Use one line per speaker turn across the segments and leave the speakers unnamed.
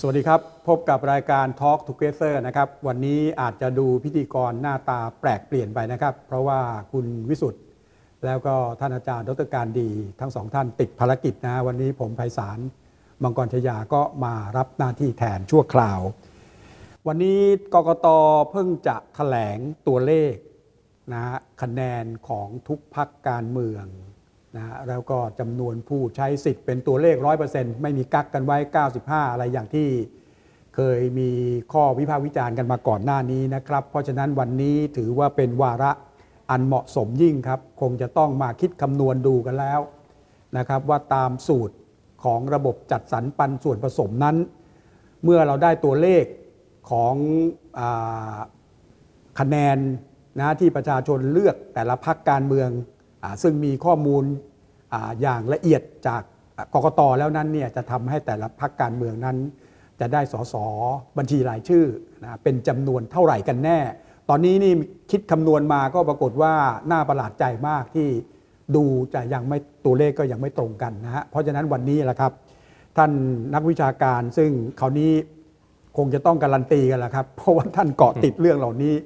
สวัสดีครับ พบกับรายการ Talk Together นะครับ วันนี้อาจจะดูพิธีกรหน้าตาแปลกเปลี่ยนไปนะครับ เพราะว่าคุณวิสุทธ์แล้วก็ท่านอาจารย์ดรการดี ทั้งสองท่านติดภารกิจนะวันนี้ผมไพศาลมังกรชยาก็มารับหน้าที่แทนชั่วคราว วันนี้กกตเพิ่งจะแถลงตัวเลขนะฮะคะแนนของทุกพักการเมืองนะฮะแล้วก็จำนวนผู้ใช้สิทธิ์เป็นตัวเลข 100%ไม่มีกักกันไว้ 95 อะไรอย่างที่เคยมีข้อวิพากษ์วิจารณ์กันมาก่อนหน้านี้นะครับ เพราะฉะนั้นวันนี้ถือว่าเป็นวาระอันเหมาะสมยิ่งครับ คงจะต้องมาคิดคำนวณดูกันแล้ว นะครับว่าตามสูตรของระบบจัดสรรปันส่วนผสมนั้น เมื่อเราได้ตัวเลขของอาคะแนนนะที่ประชาชนเลือกแต่ละพักการเมืองอาซึ่งมีข้อมูลอาอย่างละเอียดจากกกตแล้วนั้นเนี่ยจะทำให้แต่ละพักการเมืองนั้น จะได้สสบัญชีรายชื่อนะเป็นจำนวนเท่าไหร่กันแน่ ตอนนี้นี่คิดคำนวณมาก็ปรากฏว่าน่าประหลาดใจมากที่ดูจะยังไม่ตัวเลขก็ยังไม่ตรงกันนะฮะเพราะฉะนั้นวันนี้แหละครับ ท่านนักวิชาการซึ่งคราวนี้คงจะต้องการันตีกันแหละครับ เพราะว่าท่านเกาะติดเรื่องเหล่านี้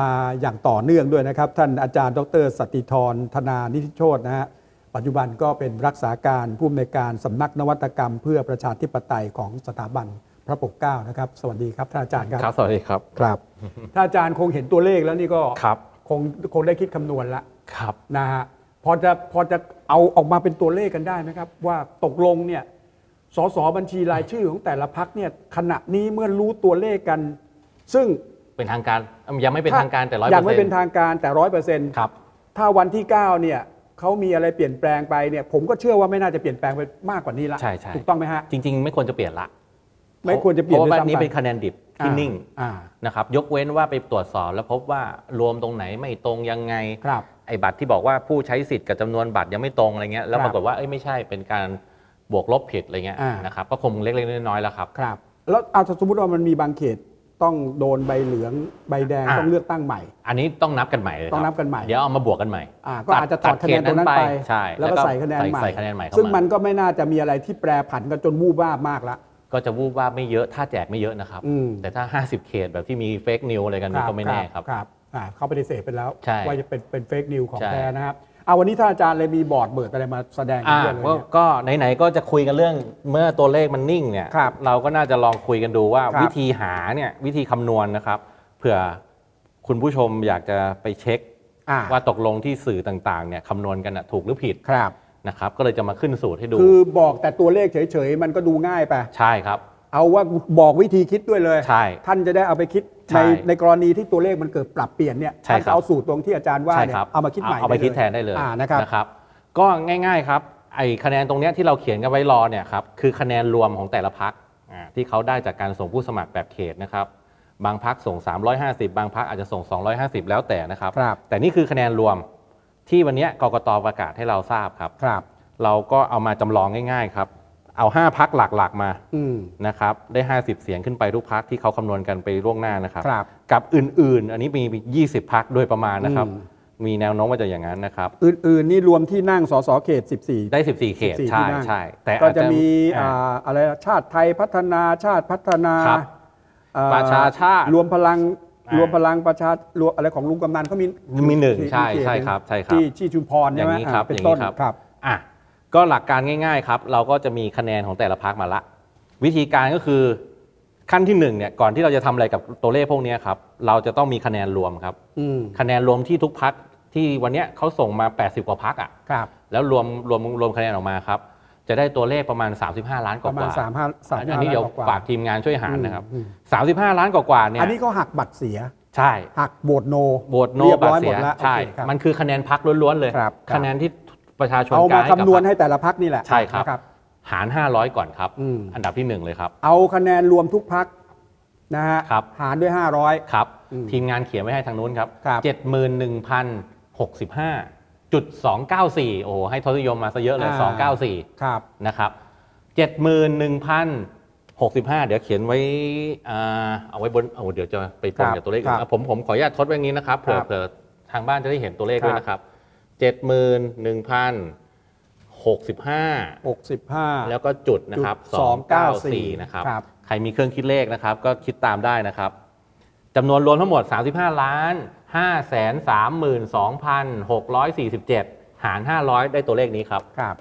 มาอย่างต่อเนื่องด้วยนะครับ ท่านอาจารย์ดรสตติธรธนานิธิโชตนะฮะปัจจุบันก็เป็นรักษาการผู้อำนวยการสำนักนวัตกรรม เพื่อประชาธิปไตยของสถาบันพระปกเกล้านะครับ สวัสดีครับท่านอาจารย์ครับ
ครับ สวัสดีครับ
ครับ ถ้าอาจารย์คงเห็นตัวเลขแล้วนี่ก็
ครับ
คงคงได้คิดคำนวณละ
ครับ
นะฮะพอจะพอจะเอาออกมาเป็นตัวเลขกันได้ไหมครับ ว่าตกลงเนี่ยสสบัญชีรายชื่อของแต่ละพักเนี่ยขณะนี้เมื่อรู้ตัวเลขกัน ซึ่ง
เป็นทางการเอิ่มยังไม่เป็นทางการแต่ร้อย
ยัง
เปอร์
ไม่
เซ็
เป็น น
ต์
ทางการแต่ร้อยเปอร์เซ็นต์
ครับ
ถ้าวันที่9เนี่ยเขามีอะไรเปลี่ยนแปลงไปเนี่ยผมก็เชื่อว่าไม่น่าจะเปลี่ยนแปลงไปมากกว่านี้ละ
ใช่ใช่
ถูกต้องไหมฮะ
จริง ๆ ไม่ควรจะเปลี่ยนละ
ไม่ควรจะเปลี่ยน
เพราะว่า
ด้วย
อันนี้
ซ้ำไป
เป็นคะแนนดิบที่นิ่ง
อ่า
นะครับ ยกเว้นว่าไปตรวจสอบแล้วพบว่ารวมตรงไหนไม่ตรงยังไง
ครับ
ไอ้บัตรที่บอกว่าผู้ใช้สิทธิ์กับจำนวนบัตรยังไม่ตรงอะไรเงี้ย แล้ว
ครับ
ปรากฏว่าเอ้ยไม่ใช่ เป็นการบวกลบผิดอะไรเงี้ย
อ่าน
นะครับ ก็คงเล็กๆน้อยๆแล้วครับ
ครับแล้วเอาสมมติว่ามันมีบางเขตต้องโดนใบเหลืองใบแดง
อ่า
ต้องเลือกตั้งใหม่
อันนี้ต้องนับกันใหม่เลยค
ต้
รั
องนับกันใหม่
เดี๋ยวเอามาบวกกันใหม่
อ่าก็อาจจะถอดคะแนนตรงนั้นไป
ใช่
แล้วก็ใส่คะแนนใหม่
ใส่คะแนนใหม่เข้า
ซึ่งมั
มาน
ก็ไม่น่าจะมีอะไรที่แปรผันกันจนวูบวาบมากละ
ก็จะวูบว่าบไม่เยอะถ้าแจกไม่เยอะนะครับ
อืม
แต่ถ้า 50 เขตแบบที่มีเฟกนิวอะไรกันนี่ก็ไม่แน่ครับ
ครับอ่าเขาปฏิเสธไปแล้ว
ใช่
ว่าจะเป็นเป็นเฟกนิวของ
ใช่
แท้นะครับเอาวันนี้ท่านอาจารย์เลยมีบอร์ดเบิดอะไรมาแสดง
อ่า
ด้วยเลย
ก็
เนี่ย
ก็ไหนๆก็จะคุยกันเรื่องเมื่อตัวเลขมันนิ่งเนี่ย
ครับ
เราก็น่าจะลองคุยกันดูว่า
ครับ
วิธีหาเนี่ยวิธีคำนวณนะครับเผื่อคุณผู้ชมอยากจะไปเช็ค
อ่า
ว่าตกลงที่สื่อต่างๆเนี่ยคำนวณกันนะถูกหรือผิด
ครับ
นะครับ ก็เลยจะมาขึ้นสูตรให้ดู
คือบอกแต่ตัวเลขเฉยๆ มันก็ดูง่ายไป
ใช่ครับ
เอาว่าบอกวิธีคิดด้วยเลย
ใช่
ท่านจะได้เอาไปคิด
ใช่
ในในกรณีที่ตัวเลขมันเกิดปรับเปลี่ยนเนี่ย
ใช่
ท่าน
ค
จะ
รับ
เอาสูตรตรงที่อาจารย์ว่า
ใช่
เนี่ย
ครับ
เอามาคิดใหม่
เอาไป
ด้
คิดแทนได้เลย
อ่านะครับ
นะครับ ก็ง่ายๆครับไอคะแนนตรงเนี้ยที่เราเขียนกันไว้รอเนี่ยครับคือคะแนนรวมของแต่ละพักที่เขาได้จากการส่งผู้สมัครแบบเขตนะครับ บางพักส่ง 350 บางพักอาจจะส่ง 250 แล้วแต่นะครับ
ครับ
แต่นี่คือคะแนนรวมที่วันเนี้ยกกตประกาศให้เราทราบครับ
ครับ
เราก็เอามาจำลองง่ายๆครับ เอา 5พักหลักๆมา
อืม
นะครับได้ 50 เสียงขึ้นไปทุกพักที่เขาคำนวณกันไปล่วงหน้านะครับ
ครับ
กับอื่นๆ อันนี้มี 20 พักโดยประมาณนะครับ
อืม
มีแนวโน้มว่าจะอย่างนั้นนะครับ
อื่นๆ นี่รวมที่นั่งสสเขต 14
ได้ 14 เขต
14
ใช่
ที่นั่ง
ใช่แต่
ก็
อาจ
จะ
จะ
มี
อ่า
อ่าอะไรนะชาติไทยพัฒนาชาติพัฒนา
ครับ
เอ่อ
ประชาชาติ
รวมพลัง
อ่าร ร
วมพลังประชารวมอะไรของลุงกำนันเขามี
มีหนึ่ง
ที่
ใช่
ที่
ใช่
เขต
ครับใช่ครับ
ที่ที่ชุมพรใช่ไหม
อย่างนี้ครับ
อ่าเป็น
อย่างนี้
ต้น
ครับ
ครับ
อ่ะก็หลักการง่ายๆครับ เราก็จะมีคะแนนของแต่ละพักมาละ วิธีการก็คือขั้นที่หนึ่งเนี่ยก่อนที่เราจะทำอะไรกับตัวเลขพวกเนี้ยครับ เราจะต้องมีคะแนนรวมครับ
อืม
คะแนนรวมที่ทุกพักที่วันเนี้ยเขาส่งมา 80 กว่าพักอ่ะ
ครับ
แล้วรวมรวมรวมคะแนนออกมาครับ จะได้ตัวเลขประมาณ 35 ล้าน
ป
กว่า
ระมาณ
ๆ
สามห้าสาม
อันนี้เดี๋ยว
กว่า
ฝากทีมงานช่วยหารนะครับ
อืม
35 ล้านกว่าๆเนี่ย
อันนี้เขาหักบัตรเสีย
ใช่
หักโบดโน
โหวตโน
เรียบ
บัต
ร้อยห
รเสี
ม
ย
ดแล้ว
ใช่
โอเคครับ
มันคือคะแนนพักล้วนๆเลย
ครับครับ
คะแนนที่ประชาชน
เอา
ก
มา
ให้กับ
คำนวณ
พรรค
ให้แต่ละพักนี่แหละ
ใช่ครับ
นะ
หาร 500 ก่อนครับ
อืม
อันดับที่ 1 เลยครับ
เอาคะแนนรวมทุกพักนะฮะ
ครับ
หารด้วย 500
ครับ
อืม
ทีมงานเขียนไว้ให้ทางนู้นครับ
ครับ
71,065จุด294 โอ้โหให้ทศนิยมมาซะเยอะเลย 294
ครับ
นะครับ71,065 เดี๋ยวเขียนไว้อ่าเอาไว้บนเอาเดี๋ยวจะไปปนกับตัวเลข
ครับ
อ่ะผมผมขออนุญาตทดไว้อย่างนี้นะครับเผื่
ค
อ
รับ
เผื่อทางบ้านจะได้เห็นตัวเลข
ครับ
ด้วยนะครับ 71,065
65
แล้วก็จุดนะครับ
จุด294
294นะครับ
ครับ
รมีเครื่องคิดเลขนะครับ ก็คิดตามได้นะครับจำนวนรวมทั้งหมด 35ล้าน5 3 2 6 4 7 หาร 500 ได้ตัวเลขนี้ครับ
ครับ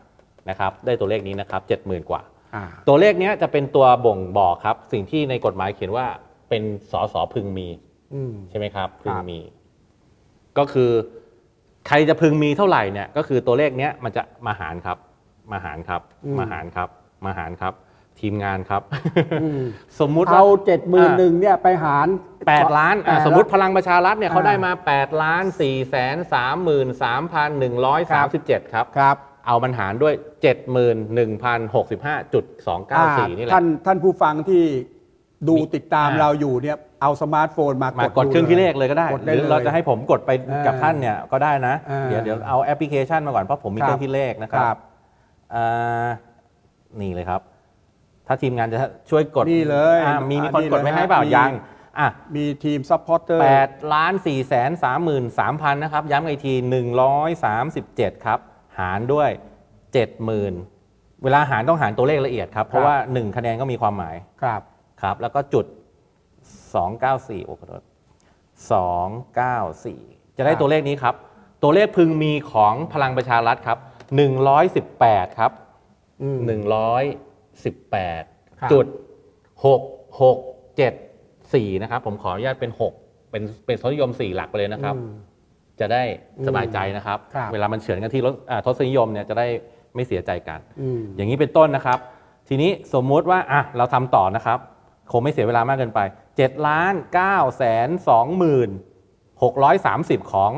นะครับได้ตัวเลขนี้นะครับ70,000 กว่า
อ่า
ตัวเลขเนี้ยจะเป็นตัวบ่งบอกครับ สิ่งที่ในกฎหมายเขียนว่าเป็นสอสอพึงมี
อืม
ใช่ไหมครับพึง
ครับ
มี ก็คือ ใครจะพึงมีเท่าไหร่เนี่ยก็คือตัวเลขเนี้ยมันจะมาหารครับ มาหารครับมาหารครับมาหารครับ ทีมงานครับ
อืม
สมมุติว่
เอาเจ็ดหมื่นหนึ่งเนี่ยไปหาร
แปดล้านอ่ะสมมติพลังประชารัฐเนี่ย
อ่า
เขาได้มา8ล้าน4แสน3หมื่น3พัน137 ครับ
ครับ
เอามันหารด้วย
อ่า
71,065.294 นี่แหละ
ท่านท่านผู้ฟังที่ดู
มี
ติดตาม
อ่า
เราอยู่เนี่ยเอาสมาร์ทโฟนมาม
าก กดเครื่องคิดเลขเลยก็ได้
กด
ห
ได้
รือ
เลย
เราจะให้ผมกดไป
อ่ากั
กับท่านเนี่ยก็ได้นะ
อ่า
เดี๋ยวเดี๋ยวเอาแอปพลิเคชันมาก่อน เพราะผมมี
ครับ
เครื่องคิดเลขนะค
ครั
รับบ อ่านี่เลยครับ ถ้าทีมงานจะช่วยกด
นี่เลย
อ่ามีมีคนกดไว้ให้เปล่า
มี
ยังอ่ะ
มีทีมซัพพอร์เตอร์
8ล้าน4แสน3หมื่น3พันนะครับ ย้ำกันอีกที 137 ครับ หารด้วย 70,000 เวลาหารต้องหารตัวเลขละเอียดครับ เพ
ค
ราะ
รับ
ว่า 1 คะแนนก็มีความหมาย
ครับ
ครับ แล้วก็จุด 294 โอ้โหขอโทษ294 จะได้
ครับ
ตัวเลขนี้ครับ ตัวเลขพึงมีของพลังประชารัฐครับ 118 ครับ
อืม ครับ
118จุด6674 นะครับ ผมขออนุญาตเป็น 6 เป็นเป็นทศนิยม 4 หลักไปเลยนะครับ
อืม
จะได้สบายใจนะครับ
ครับ
เวลามันเฉือนกันที่รถอ่าทศนิยมเนี่ยจะได้ไม่เสียใจกัน
อืม
อย่างนี้เป็นต้นนะครับ ทีนี้สมมุติว่าอ่ะเราทำต่อนะครับ คงไม่เสียเวลามากเกินไป7ล้าน9แสน2หมื่น630 ของ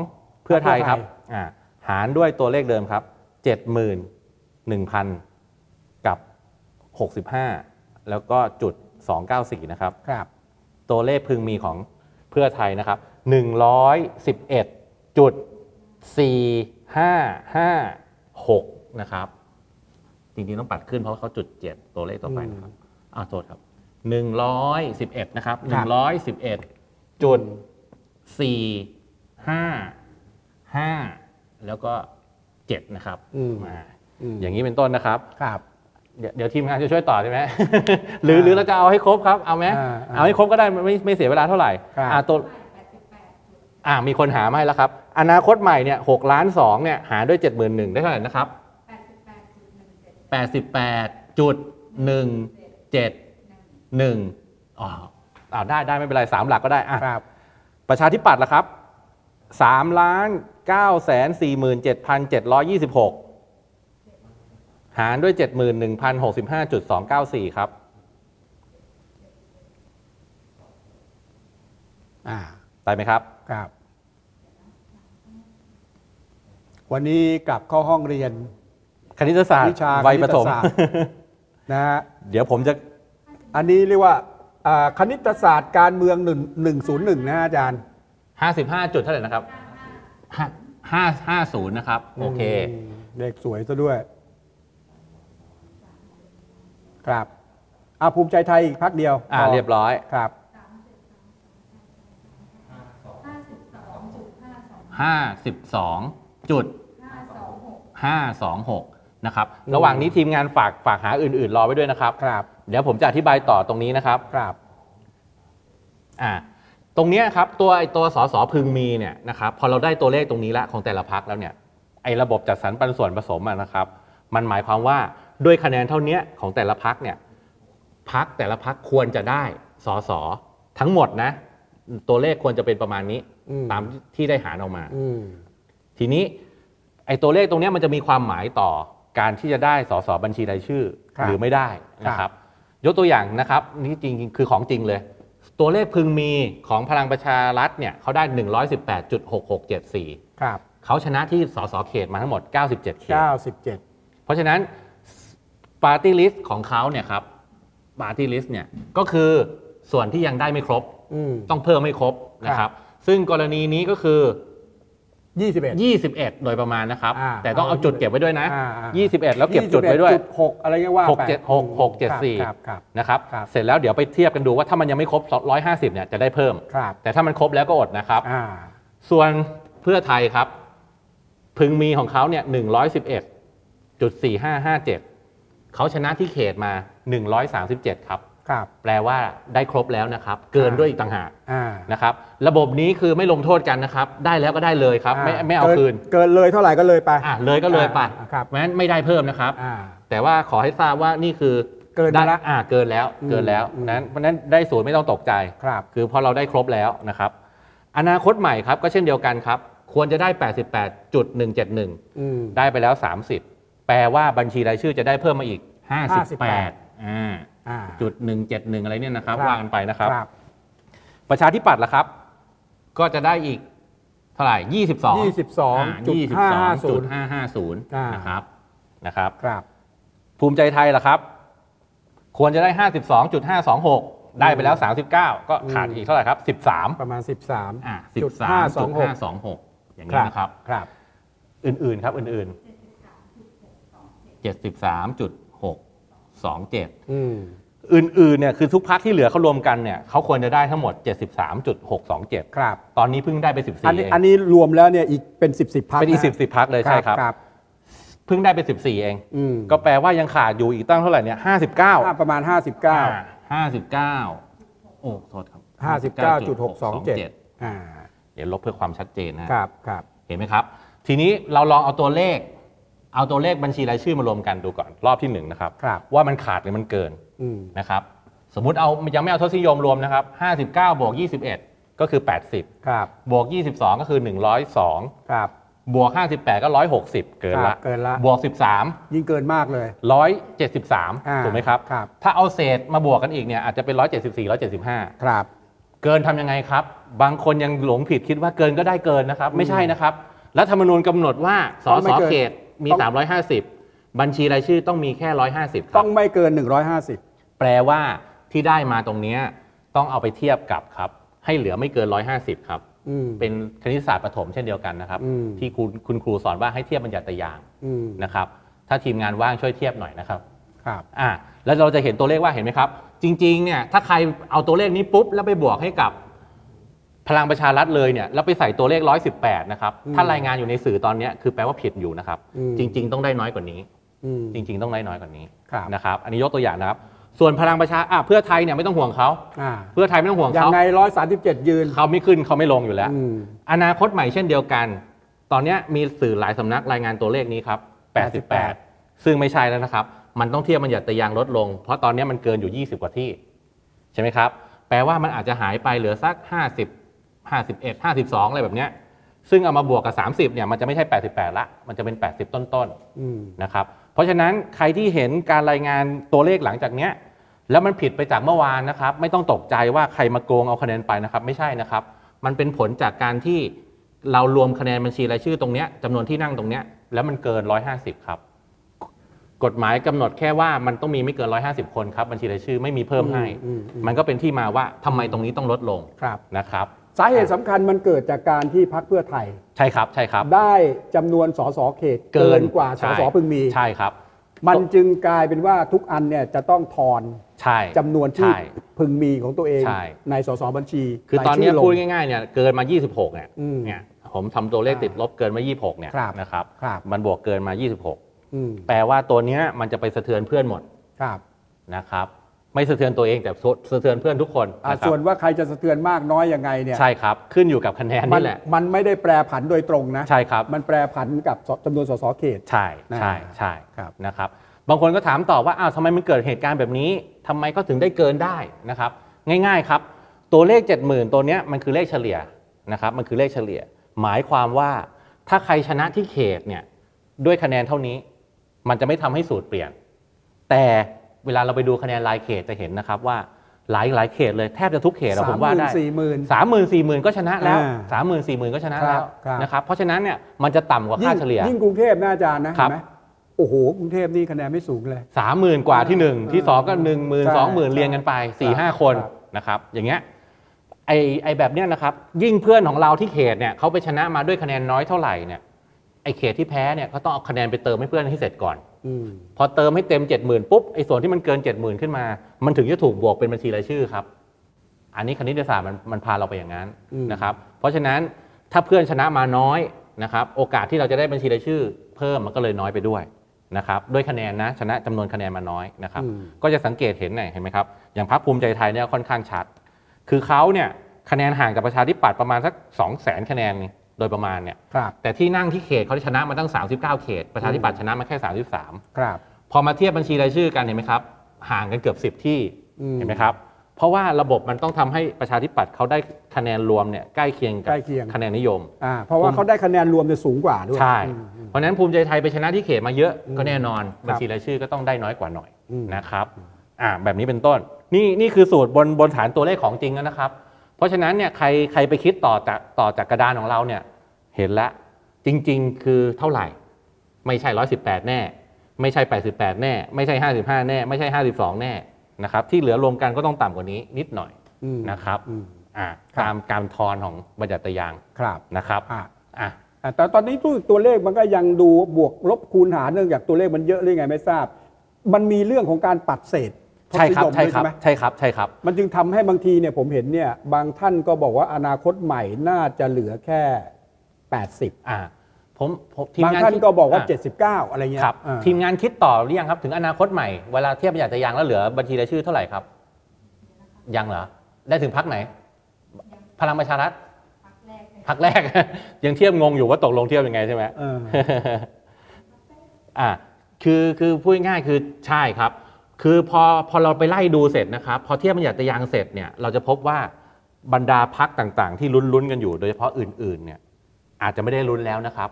เพื่อไทยครับ
เพื่อไทย
อ่าหารด้วยตัวเลขเดิมครับ 71,000 กับ 65 แล้วก็จุด 294 นะครับ
ครับ
ตัวเลขพึงมีของเพื่อไทยนะครับ 111จุด4556 นะครับ จริงๆต้องปัดขึ้นเพราะว่าเขาจุด 7 ตัวเลขต่อไปนะครับอ้าวโทษครับ 111 นะครับ
ครั
111จุด455 แล้วก็ 7 นะครับ
อืม
มาอย่างนี้เป็นต้นนะครับ
ครับ
เดี๋ยวเดี๋ยวทีมงานจะช่วยต่อใช่ไหม หรือหรือเราจะเอาให้ครบครับ เอาไหม
อ่าอ่า
เอาให้ครบก็ได้ไม่ไม่ไม่เสียเวลาเท่าไหร่
ครับ
อ่าตัวอ่ามีคนหามาให้แล้วครับ อนาคตใหม่เนี่ยหกล้านสองเนี่ยหารด้วยเจ็ดหมื่นหนึ่งได้เท่าไหร่นะครับแปดสิบแปดจุดหนึ่งเจ็ดหนึ่งอ๋ออ่าได้ได้ไม่เป็นไรสามหลักก็ได้อ่ะ
ครับ
ประชาธิปัตย์ล่ะครับ3ล้าน9แสน47,726 หารด้วย 71,065.294 ครับ
อ่า
ได้ไหมครับ
ครับ วันนี้กลับเข้าห้องเรียน
คณิตศาสตร์
วิชา
วัยประถม
คณิตศาสตร์ นะฮะ
เดี๋ยวผมจะ
อันนี้เรียกว่าอ่าคณิตศาสตร์การเมืองหนึ่งหนึ่งศูนย์หนึ่งนะฮะอาจารย์
55จุดเท่าไหร่นะครับ5 5 50 นะครับ โอเค
มเด็กสวยซะด้วย ครับอาภูมิใจไทยอีกพักเดียว
อ่า
พ
เรียบร้อย
ครับ
52จุด526 นะครับ ระหว่างนี้ทีมงานฝากฝากหาอื่น ๆ รอไว้ด้วยนะครับ
ครับ
เดี๋ยวผมจะอธิบายต่อตรงนี้นะครับ
ครับ
อ่าตรงเนี้ยครับตัวไอตัวสสพึงมีเนี่ยนะครับพอเราได้ตัวเลขตรงนี้ละของแต่ละพักแล้วเนี่ยไอระบบจัดสรรปันส่วนผสมอะนะครับ มันหมายความว่าด้วยคะแนนเท่าเนี้ยของแต่ละพักเนี่ยพักแต่ละพักควรจะได้สสทั้งหมดนะ ตัวเลขควรจะเป็นประมาณนี้
อืม
ตามที่ได้หารออกมา
อืม
ทีนี้ไอ้ตัวเลขตรงเนี้ยมันจะมีความหมายต่อการที่จะได้สสบัญชีรายชื่อ
ครับ
หรือไม่ได้นะค
ครั
รับ
บ
ยกตัวอย่างนะครับนี่จริงๆคือของจริงเลย ตัวเลขพึงมีของพลังประชารัฐเนี่ยเขาได้ 118.6674
ครับ
เขาชนะที่สสเขตมาทั้งหมด 97 เขต
เก้าสิบเจ็ด
เพราะฉะนั้นปาร์ตี้ลิสต์ของเขาเนี่ยครับปาร์ตี้ลิสต์เนี่ยก็คือส่วนที่ยังได้ไม่ครบ
อืม
ต้องเพิ่มให้ครบนะครับ ซึ่งกรณีนี้ก็คือ
ยี่สิบเอ็ด
21 โดยประมาณนะครับ
อ่า
แต่ต้องเอาจุดเก็บไว้ด้วยนะ
อ่าอ่า
21 แล้วเก็บจุดไว้ด้วย
หกอะไรเงี้ยว่าไป
หกเจ็ดหกหกเจ็ดสี่
ครับครับ
นะครับ
ครับ
เสร็จแล้วเดี๋ยวไปเทียบกันดูว่าถ้ามันยังไม่ครบ 150 เนี่ยจะได้เพิ่ม
ครับ
แต่ถ้ามันครบแล้วก็อดนะครับ
อ่า
ส่วนเพื่อไทยครับ พึงมีของเขาเนี่ย111.4557 เขาชนะที่เขตมา 137 ครับ
ครับ
แปลว่าได้ครบแล้วนะครับ เกินด้วยอีกต่างหาก
อ่า
นะครับ ระบบนี้คือไม่ลงโทษกันนะครับ ได้แล้วก็ได้เลยครับ ไม่ไม่เอา
กิ
คืน
เกินเลยเท่าไหร่ก็เลยไป
อ่ะเลยก็เลยไป
อ่าครับ
เพราะฉะนั้นไม่ได้เพิ่มนะครับ
อ่า
แต่ว่าขอให้ทราบว่านี่คือ
เกินไป
ได้
ละ
อ่าเกินแล้ว
อืม
เกินแล้ว
อืม
นั้นเพราะฉะนั้นได้ศูนย์ไม่ต้องตกใจ
ครับ
คือพอเราได้ครบแล้วนะครับ อนาคตใหม่ครับก็เช่นเดียวกันครับ ควรจะได้ 88.171
อืม
ได้ไปแล้ว 30 แปลว่าบัญชีรายชื่อจะได้เพิ่มมาอีก
58
58อ่า
อ่า
จุด171 อะไรเนี่ยนะครับ
ครับ
ว่ากันไปนะครับ
ครับ
ประชาธิปัตย์ล่ะครับ ก็จะได้อีกเท่าไหร่ 22
ยี่สิบสองจุดห้าห้าศูนย์ อ่าน
22.550นะครับนะครับ
ครับ
ภูมิใจไทยล่ะครับ ควรจะได้ 52.526 ได้ไปแล้ว 39 ก็ขาดอีกเท่าไหร่ครับ 13
ประมาณ 13
อ่า
จุดห้าสองหก
13.526 อย่างนี้นะครับ
ครับ
อื่น ๆ ครับ อื่น ๆ 73.627
อืม
อื่น ๆ เนี่ย คือทุกพักที่เหลือเขารวมกันเนี่ยเขาควรจะได้ทั้งหมด 73.627
ครับ
ตอนนี้เพิ่งได้ไป
อัน
14
นี้
เอง
อันนี้รวมแล้วเนี่ยอีกเป็น 10บสพัก
เป็นอีก10 10พักเลยใช่ครับ
ครับ
เพิ่งได้ไป 14 เอง
อืม
ก็แปลว่ายังขาดอยู่อีกตั้งเท่าไหร่เนี่ย59
อ่าประมาณ 59
ห้าสิบเก้าโอ้โทษครับ
59.627อ่า
เดี๋ยวลบเพื่อความชัดเจนนะครับ
ครับ
เห็นไหมครับ ทีนี้เราลองเอาตัวเลข เอาตัวเลขบัญชีรายชื่อมารวมกันดูก่อนรอบที่หนึ่งนะครับ
ครับ
ว่ามันขาดหรือมันเกิน
อืม
นะครับ สมมุติเอายังไม่เอาทศนิยมรวมนะครับ59บวก21 ก็คือ 80 บ
ครับ
วก 22 ก็คือ 102
ครับ
บวก 58 ก็ 160 เกิน
ครั
ละ
บเกินละ
บวก 13
ยิ่งเกินมากเลย อ่า
173 ถูกไหมครับ
ครับ
ถ้าเอาเศษมาบวกกันอีกเนี่ยอาจจะเป็น 174 175
ครับ
เกินทำยังไงครับ บางคนยังหลงผิดคิดว่าเกินก็ได้เกินนะครับ ไม่ใช่นะครับ รัฐธรรมนูญกำหนดว่าส
ต้อง
ส
ไม่เกิน
เขตมี
ต้อง
350 บัญชีรายชื่อต้องมีแค่ 150ค
ต้
รั
อบ งไม่เกิน 150
แปลว่าที่ได้มาตรงเนี้ยต้องเอาไปเทียบกับครับ ให้เหลือไม่เกิน 150 ครับ
อืม
เป็นคณิตศาสตร์ประถมเช่นเดียวกันนะครับ
อืม
ที่คุณคุณครูสอนว่าให้เทียบบัญญัติอย่าง
อืม
นะครับ ถ้าทีมงานว่างช่วยเทียบหน่อยนะครับ
ครับ
อ่ะแล้วเราจะเห็นตัวเลขว่าเห็นไหมครับ จริงๆเนี่ยถ้าใครเอาตัวเลขนี้ปุ๊บ แล้วไปบวกให้กับพลังประชารัฐเลยเนี่ยแล้วไปใส่ตัวเลข 118 นะครับ
อืม
ถ้ารายงานอยู่ในสื่อตอนเนี้ยคือแปลว่าผิดอยู่นะครับ
อืม
จริง ๆ ต้องได้น้อยกว่านี้
อืม
จริง ๆ ต้องได้น้อยกว่านี้
ครับ
นะครับ อันนี้ยกตัวอย่างนะครับ ส่วนพลังประชาอ่ะเพื่อไทยเนี่ยไม่ต้องห่วงเขา
อ่า
เพื่อไทยไม่ต้องห่วง
อย่าง
เขา
ใน 137 ยืน
เขาไม่ขึ้นเขาไม่ลงอยู่แล้ว
อืม
อนาคตใหม่เช่นเดียวกัน ตอนเนี้ยมีสื่อหลายสำนักรายงานตัวเลขนี้ครับ 88 ซึ่งไม่ใช่แล้วนะครับ มันต้องเทียบมันหยัดตะยางลดลง เพราะตอนเนี้ยมันเกินอยู่ 20 กว่าที่ ใช่ไหมครับ แปลว่ามันอาจจะหายไปเหลือสัก 50 51 52 อะไรแบบเนี้ย ซึ่งเอามาบวกกับ 30 เนี่ย มันจะไม่ใช่ 88 ละ มันจะเป็น 80 ต้นๆ
อืม
นะครับ เพราะฉะนั้นใครที่เห็นการรายงานตัวเลขหลังจากเนี้ยแล้วมันผิดไปจากเมื่อวานนะครับ ไม่ต้องตกใจว่าใครมาโกงเอาคะแนนไปนะครับ ไม่ใช่นะครับ มันเป็นผลจากการที่เรารวมคะแนนบัญชีรายชื่อตรงเนี้ยจำนวนที่นั่งตรงเนี้ยแล้วมันเกิน 150 ครับ กฎหมายกำหนดแค่ว่ามันต้องมีไม่เกิน 150 คนครับบัญชีรายชื่อไม่มีเพิ่มให้
อืมอืม
มันก็เป็นที่มาว่าทำไมตรงนี้ต้องลดลง
ครับ
นะครับ
สาเหตุสำคัญมันเกิดจากการที่พักเพื่อไทย
ใช่ครับใช่ครับ
ได้จำนวนสสเขตเกินกว่าส
ใช่
สพึงมี
ใช่ครับ
มันจึงกลายเป็นว่าทุกอันเนี่ยจะต้องถอน
ใช่
จำนวนที่
ใช่
พึงมีของตัวเอง
ใช่
ในสสบัญชี
คือต
รา
อน
ยชื่
เนี้ย
ลง
พูดง่ายๆเนี่ยเกินมา 26เนี่ย
อืม
เนี่ยผมทำตัวเลขติดลบเกินมา 26เนี่ย
ครับ
นะครับ
ครับ
มันบวกเกินมา
อืม
26 แปลว่าตัวเนี้ยมันจะไปสะเทือนเพื่อนหมด
ครับ
นะครับไม่สะเทือนตัวเองแต่สะสะเทือนเพื่อนทุกคน
อ่ะ
นะครับ
ส่วนว่าใครจะสะเทือนมากน้อยยังไงเนี่ย
ใช่ครับขึ้นอยู่กับคะแนน
มั
นี่แหละ
มันไม่ได้แปรผันโดยตรงนะ
ใช่ครับ
มันแปรผันกับสจำนวนสสเขต
ใช่ใช่
อ่า
ใช่
ครับ
นะครับ บางคนก็ถามต่อว่าอ้าวทำไมมันเกิดเหตุการณ์แบบนี้ทำไมก็ถึงได้เกินได้นะครับ ง่ายๆครับ ตัวเลข 70,000 ตัวเนี้ยมันคือเลขเฉลี่ยนะครับ มันคือเลขเฉลี่ย หมายความว่าถ้าใครชนะที่เขตเนี่ยด้วยคะแนนเท่านี้ มันจะไม่ทำให้สูตรเปลี่ยน แต่เวลาเราไปดูคะแนนรายเขตจะเห็นนะครับว่าหลายหลายๆเขตเลยแทบจะทุกเขตอะผมว่าได้
30,000
สามหมื่นสี่หมื่นก็ชนะแล้ว
อ่า
สามหมื่นสี่หมื่นก็ชนะแล้ว
ครับครับ
นะครับเพราะฉะนั้นเนี่ยมันจะต่ำกว่าค่าเฉลี่ย
งงกรุงเทพนะอาจารย์นะครับ เห็นไหมโอ้โหกรุงเทพนี่คะแนนไม่สูงเลย
สามหมื่นกว่าที่หนึ่งที่สองก็
ใช่
หนึ่งหมื่นสองหมื่นเรียงกันไปสี่ห้าคน
ครับ
นะครับ อย่างเงี้ยไอไอแบบเนี้ยนะครับ ยิ่งเพื่อนของเราที่เขตเนี่ยเขาไปชนะมาด้วยคะแนนน้อยเท่าไหร่เนี่ยไอเขตที่แพ้เนี่ยก็ต้องเอาคะแนนไปเติมให้เพื่อนให้เสร็จก่อน
อืม
พอเติมให้เต็ม 7 0,000ปุ๊บไอ้ส่วนที่มันเกิน 7 0,000 ขึ้นมา มันถึงจะถูกบวกเป็นบัญชีรายชื่อครับ อันนี้คณิตศาสตร์มันมันพาเราไปอย่างนั้นนะครับเพราะฉะนั้นถ้าเพื่อนชนะมาน้อยนะครับโอกาสที่เราจะได้บัญชีรายชื่อ เพิ่มมันก็เลยน้อยไปด้วย นะครับด้วยคะแนนนะชนะจำนวนคะแนนมาน้อยนะครับ
อืม
ก็จะสังเกตเห็นหน่อยเห็นไหมครับ อย่างพรรคภูมิใจไทยเนี่ยค่อนข้างชัด คือเขาเนี่ยคะแนนห่างกับประชาธิปัตย์ประมาณสัก2 0 0 0 0 0คะแนนโดยประมาณเนี่ย
ครับ
แต่ที่นั่งที่เขตเขาได้ชนะมาตั้ง 39 เขต ประชาธิปัตย์ชนะมาแค่
ครับ
33 พอมาเทียบบัญชีรายชื่อกันเห็นไหมครับ ห่างกันเกือบ 10 ที่
อืม
เห็นไหมครับ เพราะว่าระบบมันต้องทำให้ประชาธิปัตย์เขาได้คะแนนรวมเนี่ยใกล้เคียงกั
ใกล้เคียง
คะแนนนิยม
อ่าเพราะว่าเขาได้คะแนนรวมเนี่ยสูงกว่าด้วย
ใช่
อืม
เพราะฉะนั้นภูมิใจไทยไปชนะที่เขตมาเยอะก็แน่นอน
ครับ
บัญชีรายชื่อก็ต้องได้น้อยกว่าหน่อย
อืม
นะครับอ่าแบบนี้เป็นต้น นี่นี่คือสูตรบนบนฐานตัวเลขของจริงแล้วนะครับ เพราะฉะนั้นเนี่ยใครใครไปคิดต่อจากต่อจากกระดานของเราเนี่ยเห็นละจริง ๆ คือเท่าไหร่ ไม่ใช่ 118 แน่ ไม่ใช่ 88 แน่ ไม่ใช่ 55 แน่ ไม่ใช่ 52 แน่นะครับที่เหลือรวมกันก็ต้องต่ำกว่านี้นิดหน่อย
อืม
นะครับ
อืม
อ่า
ครับ
ตามการทอนของบรรจัตยางค์
ครับ
นะครับ
อ่า
อ่ะ
อ่าแต่ตอนนี้ตัวตัวเลขมันก็ยังดูบวกลบคูณหารเนื่องจากตัวเลขมันเยอะหรือไงไม่ทราบ มันมีเรื่องของการปัดเศษ
ใช่ครับ
ทศนิยม
ใช่
ด้วย
ครับ
ไหม
ใช่ครับใช่ครับ
มันจึงทำให้บางทีเนี่ยผมเห็นเนี่ยบางท่านก็บอกว่าอนาคตใหม่น่าจะเหลือแค่ 80
อ่าผมผมทีม
บาง
งาน
ท่านก็บอกว่า
ะ
79 อะไรเงี้ย
ครับ
อ่า
ทีมงานคิดต่อหรือยังครับ ถึงอนาคตใหม่เวลาเทียบอยากจะยางแล้วเหลือบัญชีรายชื่อเท่าไหร่ครับ ยังเหรอ ได้ถึงพักไหน พลังประชารัฐพักแรก ยังเทียบงงอยู่ว่าตกลงเทียบยังไงใช่ไหม
เออ
อ่าคือคือพูดง่ายๆคือใช่ครับ คือพอพอเราไปไล่ดูเสร็จนะครับ พอเทียบบัญญัติยางเสร็จเนี่ยเราจะพบว่าบรรดาพักต่างๆ ที่ลุ้นๆกันอยู่ โดยเฉพาะอื่นๆเนี่ยอาจจะไม่ได้ลุ้นแล้วนะครับ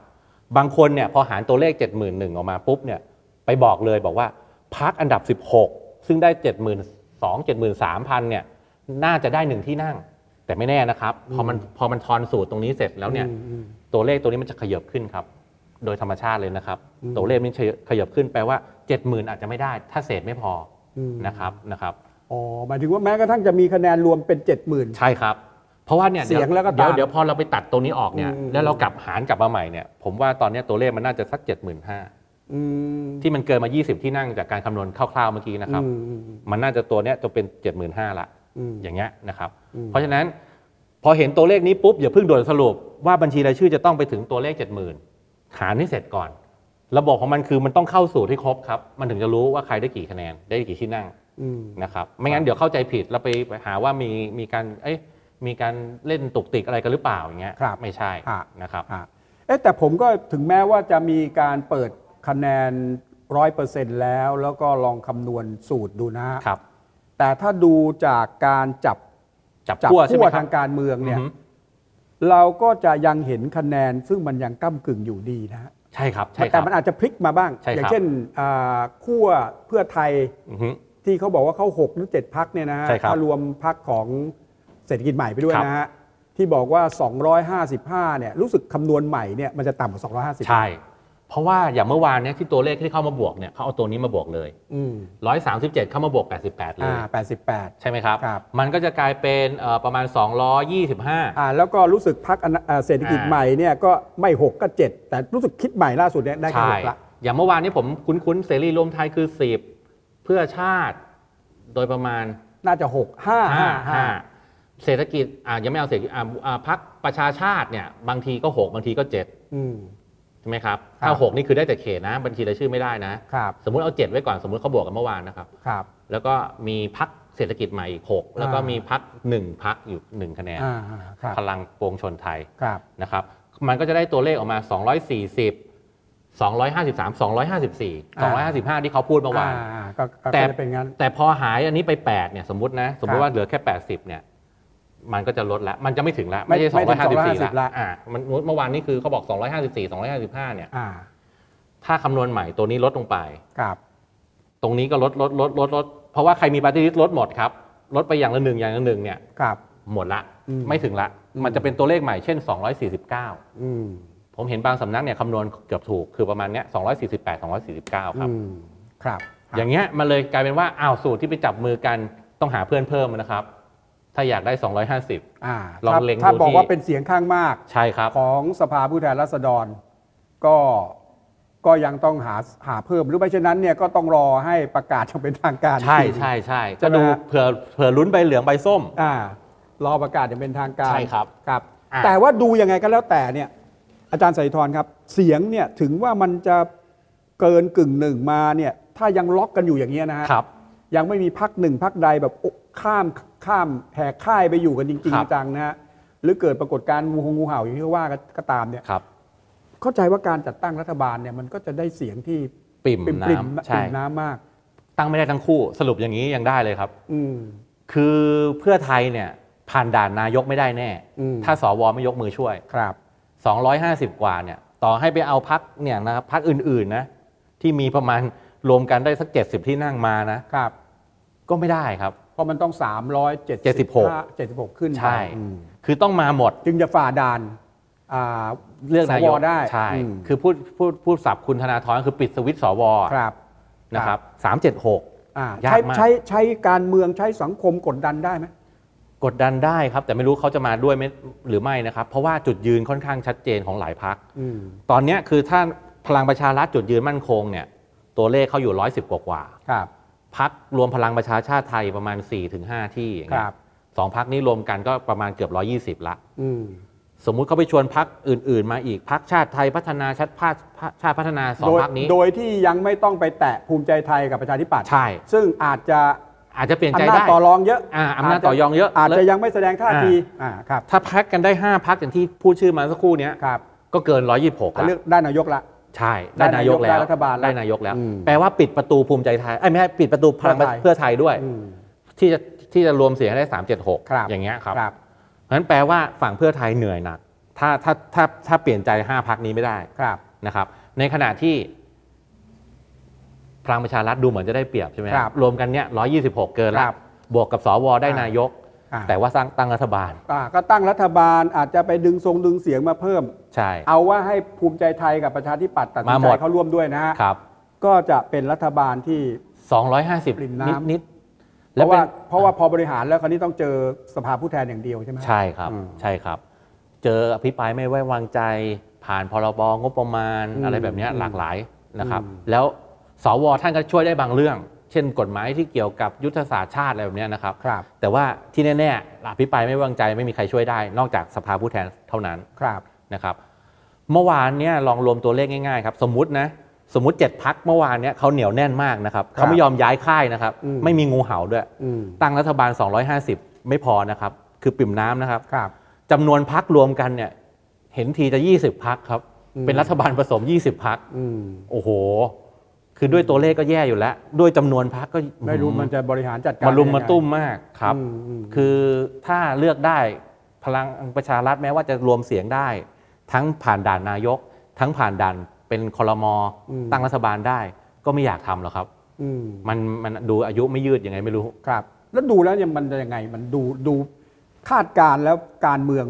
บางคนเนี่ยพอหารตัวเลข 7 1 0 0 0ออกมาปุ๊บเนี่ยไปบอกเลยบอกว่าพักอันดับ 16 ซึ่งได้ 7 2 0 0 0 7 3 0 0 0เนี่ยน่าจะได้หนึ่งที่นั่ง แต่ไม่แน่นะครับพอมันพอมันทอนสูตรตรงนี้เสร็จแล้วเนี่ย
อืมอืม
ตัวเลขตัวนี้มันจะขยับขึ้นครับ โดยธรรมชาติเลยนะครับ
อืม
ตัวเลขนี้ขยับขึ้นแปลว่า 70,000 อาจจะไม่ได้ ถ้าเศษไม่พอ
อืม
นะครับนะครับ
อ๋อหมายถึงว่าแม้กระทั่งจะมีคะแนนรวมเป็น 70,000
ใช่ครับ เพราะว่าเนี่ยดี๋
เสียงแล้วก็
เดี๋ยว
ตาม
เดี๋ยวพอเราไปตัดตัวนี้ออกเนี่ย
อืม
แล้วเรากลับหารกลับมาใหม่เนี่ยผมว่าตอนเนี้ยตัวเลขมันน่าจะสัก 75,000
อืม
ที่มันเกินมา 20 ที่นั่งจากการคำนวณคร่าวๆเมื่อกี้นะครับ
อืมอืม
มันน่าจะตัวเนี้ยจะเป็น 75,000ละ
อืม
อย่างเงี้ยนะครับ
อืม
เพราะฉะนั้นพอเห็นตัวเลขนี้ปุ๊บอย่าเพิ่งด่วนสรุปว่าบัญชีรายชื่อจะต้องไปถึงตัวเลข 70,000 หารให้เสร็จก่อน ระบบของมันคือมันต้องเข้าสูตรให้ครบครับ มันถึงจะรู้ว่าใครได้กี่คะแนนได้กี่ที่นั่ง
อืม
นะครับ ไม่งั้นเดี๋ยวเข้าใจผิดแล้วไปหาว่ามีมีการเอ้ยมีการเล่นตุกติกอะไรกันหรือเปล่าอย่างเงี้ย
ครับ
ไม่ใช่
อ่ะ
นะครับ
อ่ะเอ๊ะแต่ผมก็ถึงแม้ว่าจะมีการเปิดคะแนน 100%แล้ว แล้วก็ลองคำนวณสูตรดูนะฮะ
ครับ
แต่ถ้าดูจากการจับ
จับ
จับ
ขั้วใช่ไห
ขั้
ม
ว
ครั
ทา
บ
งการเมืองเนี่ย
อือฮึ
เราก็จะยังเห็นคะแนนซึ่งมันยังก้ากึ่งอยู่ดีนะฮะ
ใช่ครับใช่ค
แต่
รับ
มันอาจจะพลิกมาบ้าง
ใช่ครับ
อย่างเช่นอ่าขั้วเพื่อไทย
อือฮึ
ที่เขาบอกว่าเขา6หรือ7พักเนี่ยนะฮะ
ใช่ครับ
ถ้ารวมพักของเศรษฐกิจใหม่ไปด้วย
ครับ
นะฮะที่บอกว่า 255เนี่ยรู้สึกคำนวณใหม่เนี่ยมันจะต่ำกว่า 250
ใช่ เพราะว่าอย่างเมื่อวานเนี่ยที่ตัวเลขที่เข้ามาบวกเนี่ยเขาเอาตัวนี้มาบวกเลย
อืม
137 เข้ามาบวก 88 เล
อ่าย 88
ใช่ไหมครับ
ครับ
มันก็จะกลายเป็นเอ่อประมาณ 225
อ่าแล้วก็รู้สึกพักเศรษฐกิจ
อ่า
ใหม่เนี่ยก็ไม่ 6 ก็ 7 แต่รู้สึกคิดใหม่ล่าสุดเนี่ยได้แค่
ใช่
หกละ
อย่างเมื่อวานนี้ผมคุ้นๆเสรีรวมไทยคือ 10 เพื่อชาติโดยประมาณ
น่าจะ 6 5 5 5
5 เศรษฐกิจอ่ะยังไม่เอาเศรษฐกิจอ่ะอ่ะพักประชาชาติเนี่ยบางทีก็ 6 บางทีก็ 7
อืม
ใช่ไหมครับ
ครั
ถ้า
บ
6 นี่คือได้แต่เขตนะ บัญชีรายชื่อไม่ได้นะ
ครับ
สมมุติเอา 7 ไว้ก่อนสมมุติเขาบวกกันเมื่อวานนะครับ
ครับ
แล้วก็มีพักเศรษฐกิจใหม่อีก 6 แล้วก็มีพัก1พักอยู่หนึ่งคะแนน
อ่าครับ
พลังปวงชนไทย
ครับ
นะครับมันก็จะได้ตัวเลขออกมา 240 253 254
อ่
255 ที่เขาพูดเมื่อวาน
อ่ก็ก็
แต่
ก็จะเป็นงั้น
แต่พอหายอันนี้ไป 8 เนี่ย สมมตินะ สมมติว่าเหลือแค่ 80 เนี่ย มันก็จะลดละ มันจะไม่ถึงละ ไม่ใช่
ไม่ไม่ถึง
254
250
ละ
ละ
อ่ามันเมื่อวานนี้คือเขาบอก 254 255 เนี่ย
อ่า
ถ้าคำนวณใหม่ตัวนี้ลดลงไป
ครับ
ตรงนี้ก็ลดลดลดลดลดเพราะว่าใครมีปาร์ตี้ลิสต์ลดหมดครับ ลดไปอย่างละหนึ่งอย่างละหนึ่งเนี่ย
ครับ
หมดละ
อืม
ไม่ถึงละ มันจะเป็นตัวเลขใหม่ เช่น 249
อืม
ผมเห็นบางสำนักเนี่ยคำนวณเกือบถูกคือประมาณเนี้ย248 249 ครับ
อืมครับ
อย่างเงี้ยมันเลยกลายเป็นว่าอ้าวสูตรที่ไปจับมือกันต้องหาเพื่อนเพิ่มนะครับ ถ้าอยากได้ 250
อ่า
ลอง
ถ้า
เล็ง
ถ้า
ดู
บอก
ที่
ว่าเป็นเสียงข้างมาก
ใช่ครับ
ของสภาผู้แทนราษฎร ก็ก็ยังต้องหาหาเพิ่ม หรือไม่เช่นนั้นเนี่ยก็ต้องรอให้ประกาศอย่างเป็นทางการ
ใช่
อีกที
ใช่ใช่
ใช่
ก็
ไหม
ดู
ฮะ
เผื่อเผื่อลุ้นใบเหลืองใบส้ม
อ่ารอประกาศอย่างเป็นทางการ
ใช่ครับ
ครับ
อ่า
แต่ว่าดูยังไงก็แล้วแต่เนี่ย อาจารย์สายทรครับ เสียงเนี่ยถึงว่ามันจะ เกินกึ่งหนึ่งมาเนี่ยถ้ายังล็อกกันอยู่อย่างเงี้ยนะฮะ
ครับ
ยังไม่มีพักหนึ่งพักใดแบบโอ๊ะข้ามข้ามแหกค่ายไปอยู่กันจริง
ครับ
ๆจังนะฮะหรือเกิดปรากฏการณ์งูหงงูเห่าอย่างที่เขาว่ากันก็ตามเนี่ย
ครับ
เข้าใจว่าการจัดตั้งรัฐบาลเนี่ยมันก็จะได้เสียงที่
ปิ่ม
ปริ่มๆ
น้ำใช่
ปิ่มน้ำมาก
ตั้งไม่ได้ทั้งคู่ สรุปอย่างนี้ยังได้เลยครับ
อืม
คือเพื่อไทยเนี่ยผ่านด่านนายกไม่ได้แน่
อืม
ถ้าสวไม่ยกมือช่วย
ครับ
250 กว่าเนี่ยต่อให้ไปเอาพักเนี่ยนะครับพักอื่นๆนะที่มีประมาณรวมกันได้สัก 70 ที่นั่งมานะครับ ก็ไม่ได้ครับ
เพราะมันต้อง 376 76 ขึ้นไป
ใช่
อืม
คือต้องมาหมด
จึงจะฝ่าด่านอ่า
เลือกนาย
ส
ก
วได้
ใช่
ม
คือพูดพูดพูดสับคุณธนาธรคือปิดสวิตช์สว
ครับ
นะครับสามเจ็ดหก
อ่าย
าก
ใช้
มาก
ใช้ใช้การเมืองใช้สังคมกดดันได้ไหม
กดดันได้ครับ แต่ไม่รู้เขาจะมาด้วยไหมหรือไม่นะครับ เพราะว่าจุดยืนค่อนข้างชัดเจนของหลายพัก
อืม
ตอนเนี้ยคือถ้าพลังประชารัฐจุดยืนมั่นคงเนี่ยตัวเลขเขาอยู่ร้อยสิบกว่า
ครับ
ๆพักรวมพลังประชาชาติไทยประมาณ 4-5 ที่อย่าง
ค
เงี้
รั
ย
บ
สองพักนี้รวมกันก็ประมาณเกือบ 120 ละ
อืม
สมมุติเขาไปชวนพักอื่น ๆ มาอีกพักชาติไทยพัฒนาชาติพัฒชาติพัฒนาสอ
โด
ง
ย
พักนี้
โดยที่ยังไม่ต้องไปแตะภูมิใจไทยกับประชาธิปัตย์
ใช่
ซึ่งอาจจะ
อาจจะเปลี่ยนใจ
อำนาจ
ได้
ต่อรองเยอะ
อ่าอำนาจต่อยองเยอะ
อาจ
แล้ว
จะยังไม่แสดงท่า
อ่า
ทีอ่าครับ
ถ้าพักกันได้ 5พักอย่างที่พูดชื่อมาสักครู่เนี้ย
ครับ
ก็เกิน 126
เลือ
ละ
กได้นายกละ
ใช่ ได้นายกแล้ว
ได้รัฐบาลแล้ว
ได้นายกแล้ว
อืม
แปลว่าปิดประตูภูมิใจไทยไอ้ยไม่ใช่ปิดประตูพลัง
เพื่อไทย
เพื่อไทยด้วย
อืม
ที่จะที่จะรวมเสียงให้ได้
ครับ
376 อย่างเงี้ยครับ
ครับ
เพราะฉะนั้นแปลว่าฝั่งเพื่อไทยเหนื่อยหนัก ถ้าถ้าถ้าถ้าเปลี่ยนใจ 5พักนี้ไม่ได้
ครับ
นะครับ ในขณะที่พลังประชารัฐดูเหมือนจะได้เปรียบใช่ไหม
ครับ
รวมกันเนี่ย126 เกิน
ค
ละ
รับบ
วกกับสวได้
อ่าน
นายก
อ่า
แต่ว่าสร้างตั้งรัฐบาล
อ่าก็ตั้งรัฐบาลอาจจะไปดึงทรงดึงเสียงมาเพิ่ม
ใช่
เอาว่าให้ภูมิใจไทยกับประชาธิปัตย์ตัดสิน
มาห
ใจ
มด
เข้าร่วมด้วยนะฮะ
ครับ
ก็จะเป็นรัฐบาลที่ ริม
250
น้ำ
นิดๆ
เพราะว่า
ป็น
เพราะว่าพอบริหารแล้วคราวนี้ต้องเจอสภาผู้แทนอย่างเดียวใช่ไหมฮะ
ใช่ครับ
อืม
ใช่ครับ เจออภิปรายไม่ไว้วางใจ ผ่านพรบงบประมาณ
อืม
อะไรแบบเนี้ยหลากหลายนะครับ
อืม
แล้วสวท่านก็ช่วยได้บางเรื่อง เช่นกฎหมายที่เกี่ยวกับยุทธศาสตร์ชาติอะไรแบบเนี้ยนะครับ
ครับ
แต่ว่าที่แน่ๆอภิปรายไม่ไว้วางใจไม่มีใครช่วยได้ นอกจากสภาผู้แทนเท่านั้น
ครับ
นะครับ เมื่อวานเนี่ยลองรวมตัวเลขง่ายๆครับ สมมตินะสมมติเจ็ดพักเมื่อวานเนี่ยเขาเหนียวแน่นมากนะครับเขาไม่ยอมย้ายค่ายนะครับ
อืม
ไม่มีงูเห่าด้วย
อืม
ตั้งรัฐบาล 250 ไม่พอนะครับ คือปิ่มน้ำนะครับ
ครับ
จำนวนพักรวมกันเนี่ย เห็นทีจะ 20 พักครับ
อืม
เป็นรัฐบาลผสม 20 พัก
อืม
โอ้โห คือด้วยตัวเลขก็แย่อยู่แล้ว ด้วยจำนวนพักก็
ไม่รู้มันจะบริหารจัดการ
มาลุม
ยังไง
มาตุ้มมากครับ
อืมอืม
คือถ้าเลือกได้พลังประชารัฐแม้ว่าจะรวมเสียงได้ ทั้งผ่านด่านนายก ทั้งผ่านด่านเป็นคอรมอตั้งรัฐบาลได้ ก็ไม่อยากทำหรอกครับ
อืม
มันมันดูอายุไม่ยืดยังไงไม่รู้
ครับ แล้วดูแล้วเนี่ยมันจะยังไงมันดูดูคาดการณ์แล้วการเมือง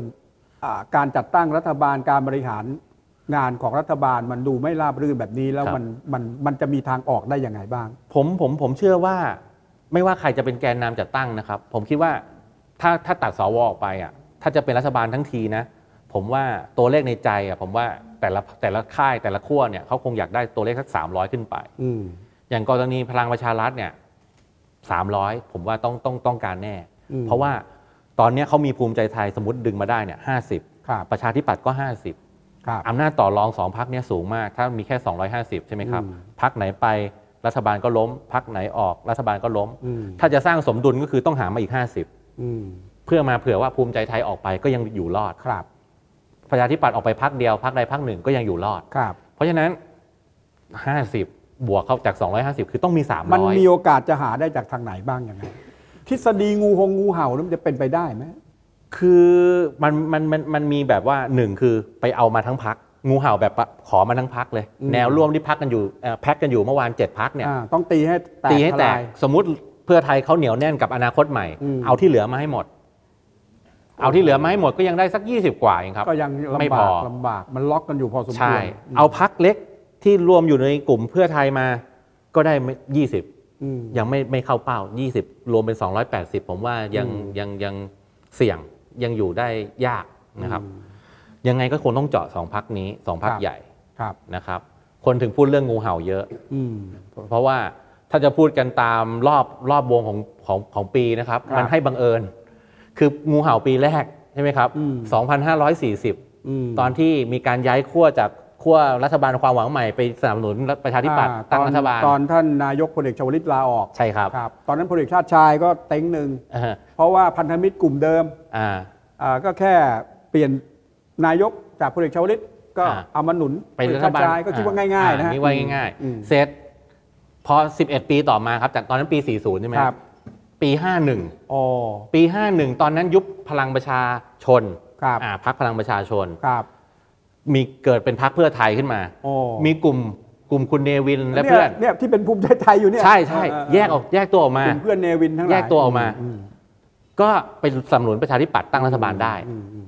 อ่าการจัดตั้งรัฐบาลการบริหารงานของรัฐบาลมันดูไม่ราบรื่นแบบนี้แล้ว
ครับ
มันมันมันจะมีทางออกได้ยังไงบ้าง
ผมผมผมเชื่อว่าไม่ว่าใครจะเป็นแกนนำจัดตั้งนะครับ ผมคิดว่าถ้าถ้าตัดสวออกไปอ่ะถ้าจะเป็นรัฐบาลทั้งทีนะ ผมว่าตัวเลขในใจอ่ะผมว่าแต่ละแต่ละค่ายแต่ละขั้วเนี่ยเขาคงอยากได้ตัวเลขสัก300 ขึ้นไป
อืม
อย่างกรณีพลังประชารัฐเนี่ย300 ผมว่าต้องต้องต้องการแน่
อืม
เพราะว่าตอนเนี้ยเขามีภูมิใจไทยสมมติดึงมาได้เนี่ยห้าสิบ
ครับ
ประชาธิปัตย์ก็ 50
ครับ
อำนาจต่อรองสองพักเนี่ยสูงมาก ถ้ามีแค่ 250 ใช่ไหมครับ
อืม
พักไหนไปรัฐบาลก็ล้ม พักไหนออกรัฐบาลก็ล้ม
อืม
ถ้าจะสร้างสมดุลก็คือต้องหามาอีก 50
อืม
เพื่อมาเผื่อว่าภูมิใจไทยออกไปก็ยังอยู่รอด
ครับ
ประชาธิปัตย์ออกไปพักเดียวพักใดพักหนึ่งก็ยังอยู่รอด
ครับ
เพราะฉะนั้น 50 บวกเข้าจาก 250 คือต้องมี 300
มันมีโอกาสจะหาได้จากทางไหนบ้างยังไงทฤษฎีงูหงงูเห่านั้นมันจะเป็นไปได้ไหม
คือมันมันมันมันมีแบบว่าหนึ่งคือไปเอามาทั้งพักงูเห่าแบบปะขอมาทั้งพักเลย แนวร่วมที่พักกันอยู่เอ่อแพ็กกันอยู่เมื่อวานเจ็ดพักเนี่ย
อ่าต้องตีให้แตก
ตีให้
ท
แต
ลาก ย
สมมติเพื่อไทยเขาเหนียวแน่นกับอนาคตใหม่
อืม
เอาที่เหลือมาให้หมด เอาที่เหลือมาให้หมดก็ยังได้สัก 20 กว่าเองครับ
ก็ยัง
ไม่
ลำ
พ
บา
อ
กลำบากมันล็อกกันอยู่พอสมค
ใช่
วร
เอาพักเล็กที่รวมอยู่ในกลุ่มเพื่อไทยมาก็ได้ไม่20
อืม
ยังไม่ไม่เข้าเป้า 20 รวมเป็น 280 ผมว่ายัง
อืม
ยังยังเสี่ยงยังอยู่ได้ยากนะครับ ยังไงก็คงต้องเจาะสองพักนี้สองพักใหญ่
ครับ
นะครับ คนถึงพูดเรื่องงูเห่าเยอะ
อืม
เพราะว่าถ้าจะพูดกันตามรอบรอบวงของของของปีนะครับ
ครับ
มันให้บังเอิญ คืองูเห่าปีแรกใช่ไหมครับ
อืม
2,540
ม
ตอนที่มีการย้ายขั้วจาก ขั้วรัฐบาลความหวังใหม่ไปสนับสนุนประชาธิปัตย์
อ่
ตั้งรัฐบาล
ตอนท่านนายกพลเอกชวลิตลาออก
ใช่ครับ
ครับ ตอนนั้นพลเอกชาติชายก็เต็งหนึ่ง
เออ
เพราะว่าพันธมิตรกลุ่มเดิม
อ่า
อ่าก็แค่เปลี่ยนนายกจากพลเอกชวลิตก็
อ่า
เอามาหนุน
เป็นรั
พลเอก
ฐ
ชา
บาล
ติชายก็คิดว่าง่ายๆนะ
อ่
ฮะ
นี่ว่าง่าย
อืม
ๆ เสร็จพอ 11 ปีต่อมาครับ จากตอนนั้นปี 40 ใช่ไหม
ครับ
ปี
อ๋อ
51 ปี 51 ตอนนั้นยุบพลังประชาชน
ครับ
อ่าพักพลังประชาชน
ครับ
มีเกิดเป็นพักเพื่อไทยขึ้นมา
โอ้
มีกลุ่มกลุ่มคุณเนวินและ
ย
เพื่อน
เนี่ยที่เป็นภูมิใจไทยอยู่เนี่ย
ใช่ใช่
เเ
แยกออกแยกตัวออกมา
กลุ่มเพื่อนเนวินทั้งหลาย
แยกตัวออกมา
อืม
ก็ไปสนับสนุนประชาธิปัตย์ตั้งรัฐบาลได้
อืมอืม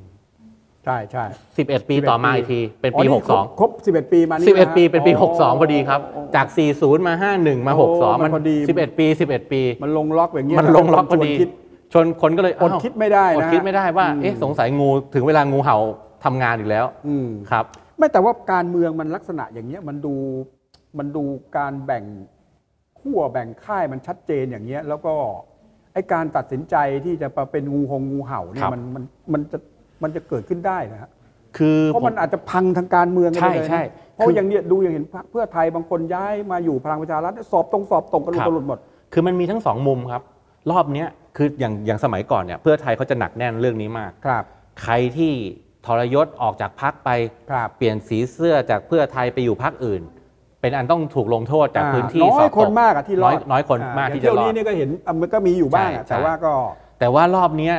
ใช่ใช่
11 ปี
11
ต่อมาอีกทีเป็นปี
อ๋อ
62
ครบครบ 11 ปีมานี่นะฮะ
11 ปีเป็นปี
โ
62 พอดีครับ จาก 40 มา 51 มา
โอ้
62
มั
มัน น
พอดี
11 ปี 11 ปี
มันลงล็อกอย่างเงี้ย
มันลงล็อกพอดี
ชวนคิด
ชนคนก็เลย
อ
อ้า
ด
ว
คิดไม่ได้
อด
นะ
คิดไม่ได้ว่า เอ๊ะ สงสัยงูถึงเวลางูเห่าทำงานอีกแล้ว
อืม
ครับ
ไม่แต่ว่าการเมืองมันลักษณะอย่างเงี้ยมันดูมันดูการแบ่งขั้วแบ่งค่ายมันชัดเจนอย่างเงี้ย แล้วก็ไอการตัดสินใจที่จะมาเป็นงูหงงูเห่าเนี่ย
ครับ
มันมันมันจะมันจะเกิดขึ้นได้นะฮะ
คือ
เพราะ
ผม
มันอาจจะพังทางการเมืองกันไป
ใช่
เลยนะ
ใช่
เพราะ
คือ
อ
อย่าง
เนี้ยดูอย่างเห็นพรรคเพื่อไทยบางคนย้ายมาอยู่พลังประชารัฐสอบตรงสอบตรงกันหลุด
ครับ
กันหลุดหมด
คือมันมีทั้งสองมุมครับ รอบเนี้ยคืออย่างอย่างสมัยก่อนเนี่ยเพื่อไทยเขาจะหนักแน่นเรื่องนี้มาก
ครับ
ใครที่ทรยศออกจากพักไป
ครับ
เปลี่ยนสีเสื้อจากเพื่อไทยไปอยู่พักอื่น เป็นอันต้องถูกลงโทษจากพื้นที่
อ่า
ส
น้อ
อ
บ ย
ต
คนมากอะที่รอด
น้ยน้อยคนมาก
อ่
ที่
อย่ง
จะร
เที่ยว
อ
นี้
ด
เนี่ยก็เห็นอ่ะมันก็มีอยู่บ้างอะ
ใช่
แต่
ใช่
ว่าก็
แต่ว่ารอบเนี้ย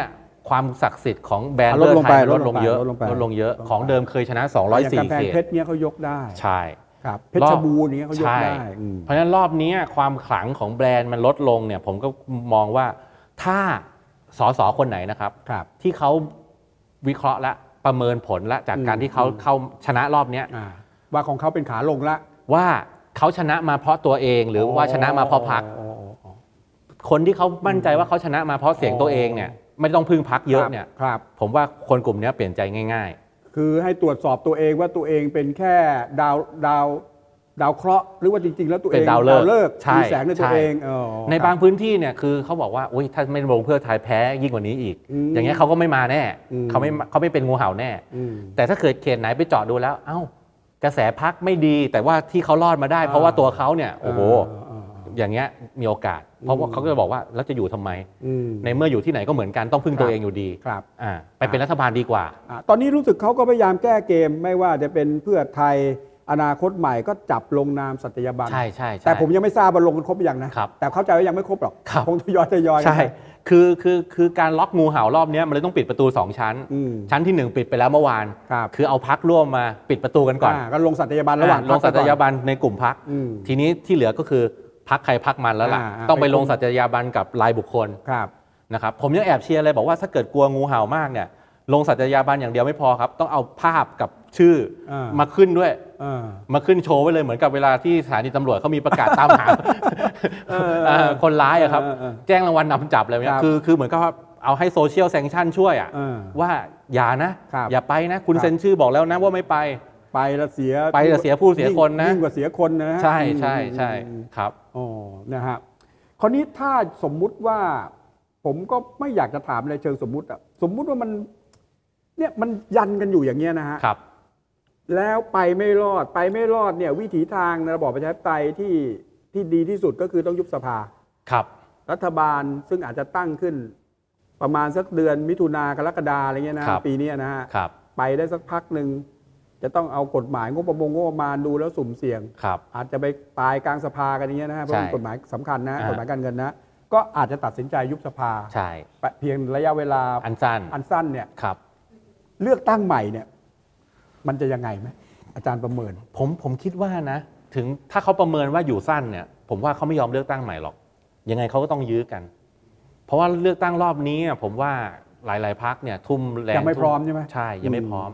ความศักดิ์สิทธิ์ของแบรนด์
ลด
เพื่
ล
อง ไทย
ไป
ล
ล
ด
ด
ล
ล
ง
ง
เยอะ
ไปลดลงไป
ลดลงเยอะ
ลดลงไป
ของเดิมเคยชนะ
ย่างกำ
204
แพง
เข
เพ
ต
ชรเนี่ยเขายกได้
ใช่
ครับเพ
รอบ
ชรบูรณ์เนี่ยเขายก
ใช่
ได้อืม
เพราะฉะนั้นรอบเนี้ยความขลังของแบรนด์มันลดลงเนี่ย ผมก็มองว่าถ้าสสคนไหนนะครับ
ครับ
ที่เขาวิเคราะห์และประเมินผลและจากการ
อืม
ที่เขาเข้าชนะรอบเนี้ย
อ่าว่าของเขาเป็นขาลงละ
ว่าเขาชนะมาเพราะตัวเองหรือว่าชนะมาเพราะพัก
อ๋ออ๋ออ๋อ
คนที่เขามั่นใจว่าเขาชนะมาเพราะเสียงตัวเองเนี่ย
อ๋
ไม่ต้องพึ่งพักเยอะเนี่ย
ครับ
ผมว่าคนกลุ่มเนี้ยเปลี่ยนใจง่าย
คือให้ตรวจสอบตัวเองว่าตัวเองเป็นแค่ดาวดาวดาวเคราะห์หรือว่าจริง ๆ แล้วตัวเอง
เป็นดาวฤก
ก
ษ์
ษ์
ใช่
มีแสงในตัว
ใช่
เองอ๋อ
ๆ
ครับ
ในางพื้นที่เนี่ยคือเขาบอกว่าอุยถ้าไม่ลงเพื่อไทยแพ้ยิ่งกว่านี้อีก
ม
อย่างเงี้ยเขาก็ไม่มาแน่
อืม
เขาไม่เขาไม่เป็นงูเห่าแน่
อืม
แต่ถ้าเกิดเขตไหนไปเจาะดูแล้ว เอ้ากระแสพักไม่ดี แต่ว่าที่เขารอดมาได้ เพราะว่า
อ่า
ตัวเขาเนี่ยโอ้โห
อ่าอ่าอ่า
อย่างเงี้ยมีโอกาส เพราะว่า
อืม
เขาก็จะบอกว่าแล้วจะอยู่ทำไม
อืม
ในเมื่ออยู่ที่ไหนก็เหมือนกันต้องพึ่งตัวเองอยู่ดี
ครับ
อ่าไปเป็นรัฐบาลดีกว่า
อ่ะตอนนี้รู้สึกเขาก็พยายามแก้เกมไม่ว่าจะเป็นเพื่อไทยอนาคตใหม่ก็จับลงนามสัตยาบัน
ใช่ใช่ใช่
แต่ผมยังไม่ทราบว่าลงกันครบหรือยังนะครับ แต่เข้าใจว่ายังไม่ครบหรอก
ครับ
งทยอยทยอยกัน
ใช่
ไป
คือคือคือการล็อกงูเห่ารอบเนี้ยมันเลยต้องปิดประตู 2 ชั้น
อืม
ชั้นทีหนึ่1 ปิดไปแล้วเมื่อวาน
ครับ
คือเอาพักร่วมมาปิดประตูกันก่อน
อ่าก็ลงสัตยาบันระหว่าง
อ่ลงสัตยาบันในกลุ่มพัก
อืม
ทีนี้ที่เหลือก็คือพักใครพักมันแล้วล่ะ
อ่าอ่า
ต้องไป
ไปคุม
ลงสัตยาบันกับรายบุคคล
ครับ
นะครับ ผมยังแอบเชียร์เลยบอกว่าถ้าเกิดกลัวงูเห่ามากเนี่ย ลงสัตยาบันอย่างเดียวไม่พอครับ ต้องเอาภาพกับชื่อ
อ่า
มาขึ้นด้วย
อ่า
มาขึ้นโชว์ไว้เลยเหมือนกับเวลาที่สถานีตำรวจเขามีประกาศตาม หา
เออ
เออคนร้ายอะครับ
เออเออ
แจ้งรางวัลนนำจับอะไรแบบ
ค
เนี้ย
รับ
คือคือเหมือนกับว่าเอาให้โซเชียลแซงชั่นช่วยอะ
เออ
ว่าอย่านะ
ครับ
อย่าไปนะ คุณ
ครับ
เซ็นชื่อบอกแล้วนะว่าไม่ไป
ไปและเสีย
ไปแล้วเสียผู้เสียคนนะ
ยิ่งกว่าเสียคนนะฮะ
ใช่ใช่
อืม
ใช่
อืม
ครับ
อ๋อ นะฮะ คราวนี้ถ้าสมมุติว่า ผมก็ไม่อยากจะถามในเชิงสมมุติอะสมมุติว่ามัน เนี่ยมันยันกันอยู่อย่างเงี้ยนะฮะ
ครับ
แล้วไปไม่รอด ไปไม่รอดเนี่ย วิถีทางในระบอบประชาธิปไตยที่ที่ดีที่สุดก็คือต้องยุบสภา
ครับ
รัฐบาลซึ่งอาจจะตั้งขึ้น ประมาณสักเดือนมิถุนากรกฎาอะไรเงี้ยนะฮะ
ครับ
ปีเนี้ยนะฮะ
ครับ
ไปได้สักพักหนึ่งจะต้องเอากฎหมายงบประมงงบประมาณดูแล้วสุ่มเสี่ยง
ครับ
อาจจะไปตายกลางสภากันอย่างเงี้ยนะฮะเพราะเป็น
ใช่
กฎหมายสำคัญนะ
อ่า
กฎหมายการเงินนะ ก็อาจจะตัดสินใจยุบสภา
ใช่
ไปเพียงระยะเวลา
อันสั้น
อันสั้นเนี่ย
ครับ
เลือกตั้งใหม่เนี่ย มันจะยังไงไหมอาจารย์ประเมิน
ผมผมคิดว่านะ ถึงถ้าเขาประเมินว่าอยู่สั้นเนี่ย ผมว่าเขาไม่ยอมเลือกตั้งใหม่หรอก ยังไงเขาก็ต้องยื้อกัน เพราะว่าเลือกตั้งรอบนี้อะผมว่าหลาย ๆพักเนี่ยทุ่มแรง
ยังไม่พร้อม
ทุ่
ใช่ไหม
ใช่ยังไม่
อืม
พร้อม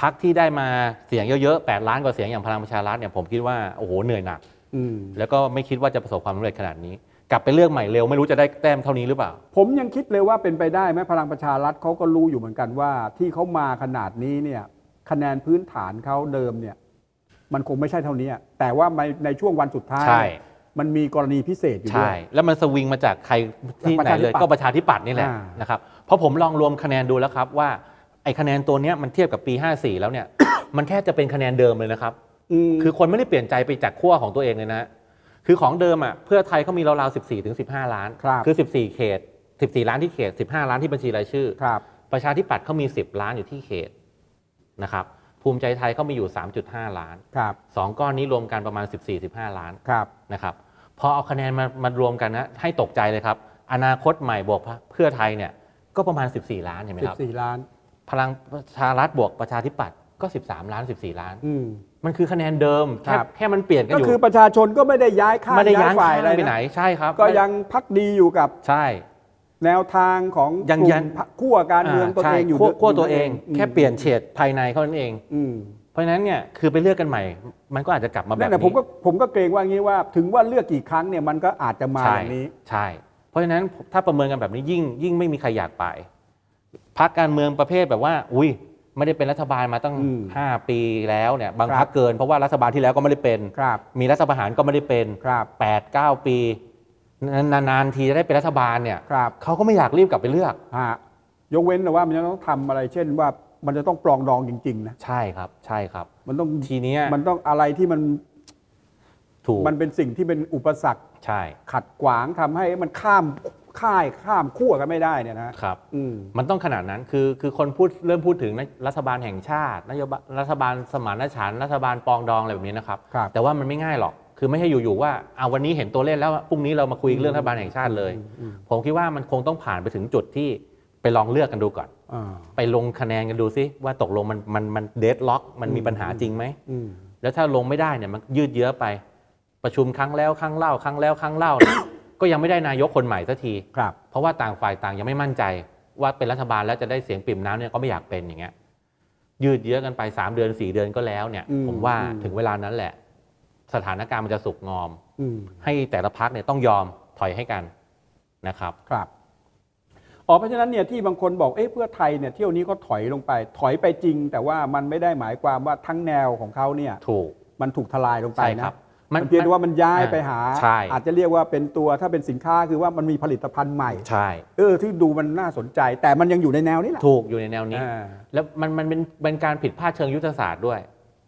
พักที่ได้มาเสียงเยอะๆ8ล้านกว่าเสียงอย่างพลังประชารัฐเนี่ยผมคิดว่าโอ้โหเหนื่อยหนัก
อืม
แล้วก็ไม่คิดว่าจะประสบความสำเร็จขนาดนี้ กลับไปเลือกใหม่เร็วไม่รู้จะได้แต้มเท่านี้หรือเปล่า
ผมยังคิดเลยว่าเป็นไปได้ไหมพลังประชารัฐเขาก็รู้อยู่เหมือนกันว่า ที่เขามาขนาดนี้เนี่ย คะแนนพื้นฐานเขาเดิมเนี่ย มันคงไม่ใช่เท่านี้อะแต่ว่าในในช่วงวันสุดท้าย
ใช่
มันมีกรณีพิเศษอยู่ด้
ใช่
วย
แล้วมันสวิงมาจากใครที่ไหนเลย
ประชาธิปัตย์
ก็ประชาธิปัตย์นี่แหละ
อ่าน
นะครับเพราะผมลองรวมคะแนนดูแล้วครับว่า ไอ้คะแนนตัวเนี้ยมันเทียบกับปี 54 แล้วเนี่ย มันแทบจะเป็นคะแนนเดิมเลยนะครับ
คื
คือ อคนไม่ได้เปลี่ยนใจไปจากขั้วของตัวเองเลยนะ คือของเดิมอ่ะเพื่อไทยเขามีราวๆ 14 ถึง 15 ล้าน คือ 14 เขต 14 ล้านที่เขต 15 ล้านที่บัญชีรายชื่อ
ครับ
ประชาธิปัตย์เขามี 10 ล้านอยู่ที่เขตนะครับ ภูมิใจไทยเขามีอยู่ 3.5 ล้าน
ครับ
2 ก้อนนี้รวมกันประมาณ 14-15 ล้าน
ครับ
นะครับ พอเอาคะแนนมามารวมกันนะให้ตกใจเลยครับ อนาคตใหม่บวกเพื่อไทยเนี่ยก็ประมาณ 14 ล้านใช่ไหม
สิ
ครับ
บสี่ล้าน
พลังประชารัฐบวกประชาธิปัตย์ก็ 13 ล้าน 14 ล้าน
อืม
มันคือคะแนนเดิมแค่
ครับ
แค่มันเปลี่ยนกัน
ก็
อยู่
คือประชาชนก็ไม่ได้ย้ายข้าง
ไม่ได้ย้าย
ฝ่า
ฝ่าย ย
อะไร
ไปไหน
นะ
ใช่ครับ
ก็ยังพักดีอยู่กับ
ใช่
แนวทางของ
ยัง
กลุ่
ยั
ม
น
ขั้วการเมืองตัวเองอยู่
ใช่คั่วคั่วตัวเอง
ม
แค่เปลี่ยนเฉดภายในเขานั้นเอง
อืม
เพราะฉะนั้นเนี่ยคือไปเลือกกันใหม่ มันก็อาจจะกลับมาแบบ
นั่นแหละ
นี้
ผมก็ผมก็เกรงว่างี้ว่าถึงว่าเลือกกี่ครั้งเนี่ยมันก็อาจจะมา
ใช่
แบบนี้
ใช่ เพราะฉะนั้นถ้าประเมินกันแบบนี้ยิ่งยิ่งไม่มีใครอยากไปพักการเมืองประเภทแบบว่า อุ้ยไม่ได้เป็นรัฐบาลมาตั้ง
อืม
ห้าปีแล้วเนี่ยบาง
ครับ
พักเกินเพราะว่ารัฐบาลที่แล้วก็ไม่ได้เป็น
ครับ
มีรัฐประหารก็ไม่ได้เป็น
ครับ
แปดเก้าปีนานๆนานๆทีจะได้เป็นรัฐบาลเนี่ย
ครับ
เขาก็ไม่อยากรีบกลับไปเลือก
ฮะยกเว้นแต่ว่ามันจะต้องทำอะไรเช่นว่ามันจะต้องปลองดองจริงๆนะ
ใช่ครับ ใช่ครับ
มันต้อง
ทีเนี้ย
มันต้องอะไรที่มัน
ถูก
มันเป็นสิ่งที่เป็นอุปสรรค
ใช่
ขัดขวางทำให้มันข้ามค่ายข้ามขั้วกันไม่ได้เนี่ยนะครับ อืม
มันต้องขนาดนั้นคือคือคนพูดเริ่มพูดถึงนะรัฐบาลแห่งชาตินโยบายรัฐบาลสมานฉันท์รัฐบาลปรองดองอะไรแบบนี้นะครับ
ครับ
แต่ว่ามันไม่ง่ายหรอก คือไม่ใช่อยู่ๆว่าเอาวันนี้เห็นตัวเลขแล้วพรุ่งนี้เรามาคุยเรื่องรัฐบาลแห่งชาติเลย
อืมอืม
ผมคิดว่ามันคงต้องผ่านไปถึงจุดที่ไปลองเลือกกันดูก่อน
อ่า
ไปลงคะแนนกันดูซิว่าตกลงมันมันมันเดดล็อก มันมี
อืม
ปัญหาจริงไหม
อืม
แล้วถ้าลงไม่ได้เนี่ยมันยืดเยื้อไป ประชุมครั้งแล้วครั้งเล่าครั้งแล้วครั้งเล่าเนี่ย ก็ยังไม่ได้นายกคนใหม่สักที
ครับ
เพราะว่าต่างฝ่ายต่างยังไม่มั่นใจ ว่าเป็นรัฐบาลแล้วจะได้เสียงปริ่มน้ำเนี่ยก็ไม่อยากเป็นอย่างเงี้ยยืดเยื้อกันไป 3 เดือน 4 เดือนก็แล้วเนี่ย ผมว่าถึงเวลานั้นแหละ สถานการณ์มันจะสุกงอม
อืม
ให้แต่ละพักเนี่ยต้องยอมถอยให้กันนะครับ
ครับอ๋อเพราะฉะนั้นเนี่ยที่บางคนบอกเอ๊ะเพื่อไทยเนี่ยเที่ยวนี้ก็ถอยลงไป ถอยไปจริง แต่ว่ามันไม่ได้หมายความว่าทั้งแนวของเขาเนี่ย
ถูก
มันถูกทลายลงไป
ใช่ค
นะ
รับ
มันเพียงแต่ว่ามันย้าย
อ่า
ไปหา
ใช่
อาจจะเรียกว่าเป็นตัวถ้าเป็นสินค้าคือว่ามันมีผลิตภัณฑ์ใหม่
ใช่
เออที่ดูมันน่าสนใจ แต่มันยังอยู่ในแนวนี้แหละ
ถูกอยู่ในแนวนี้
อ่า
แล้วมันมันเป็นเป็นการผิดพลาดเชิงยุทธศาสตร์ด้วย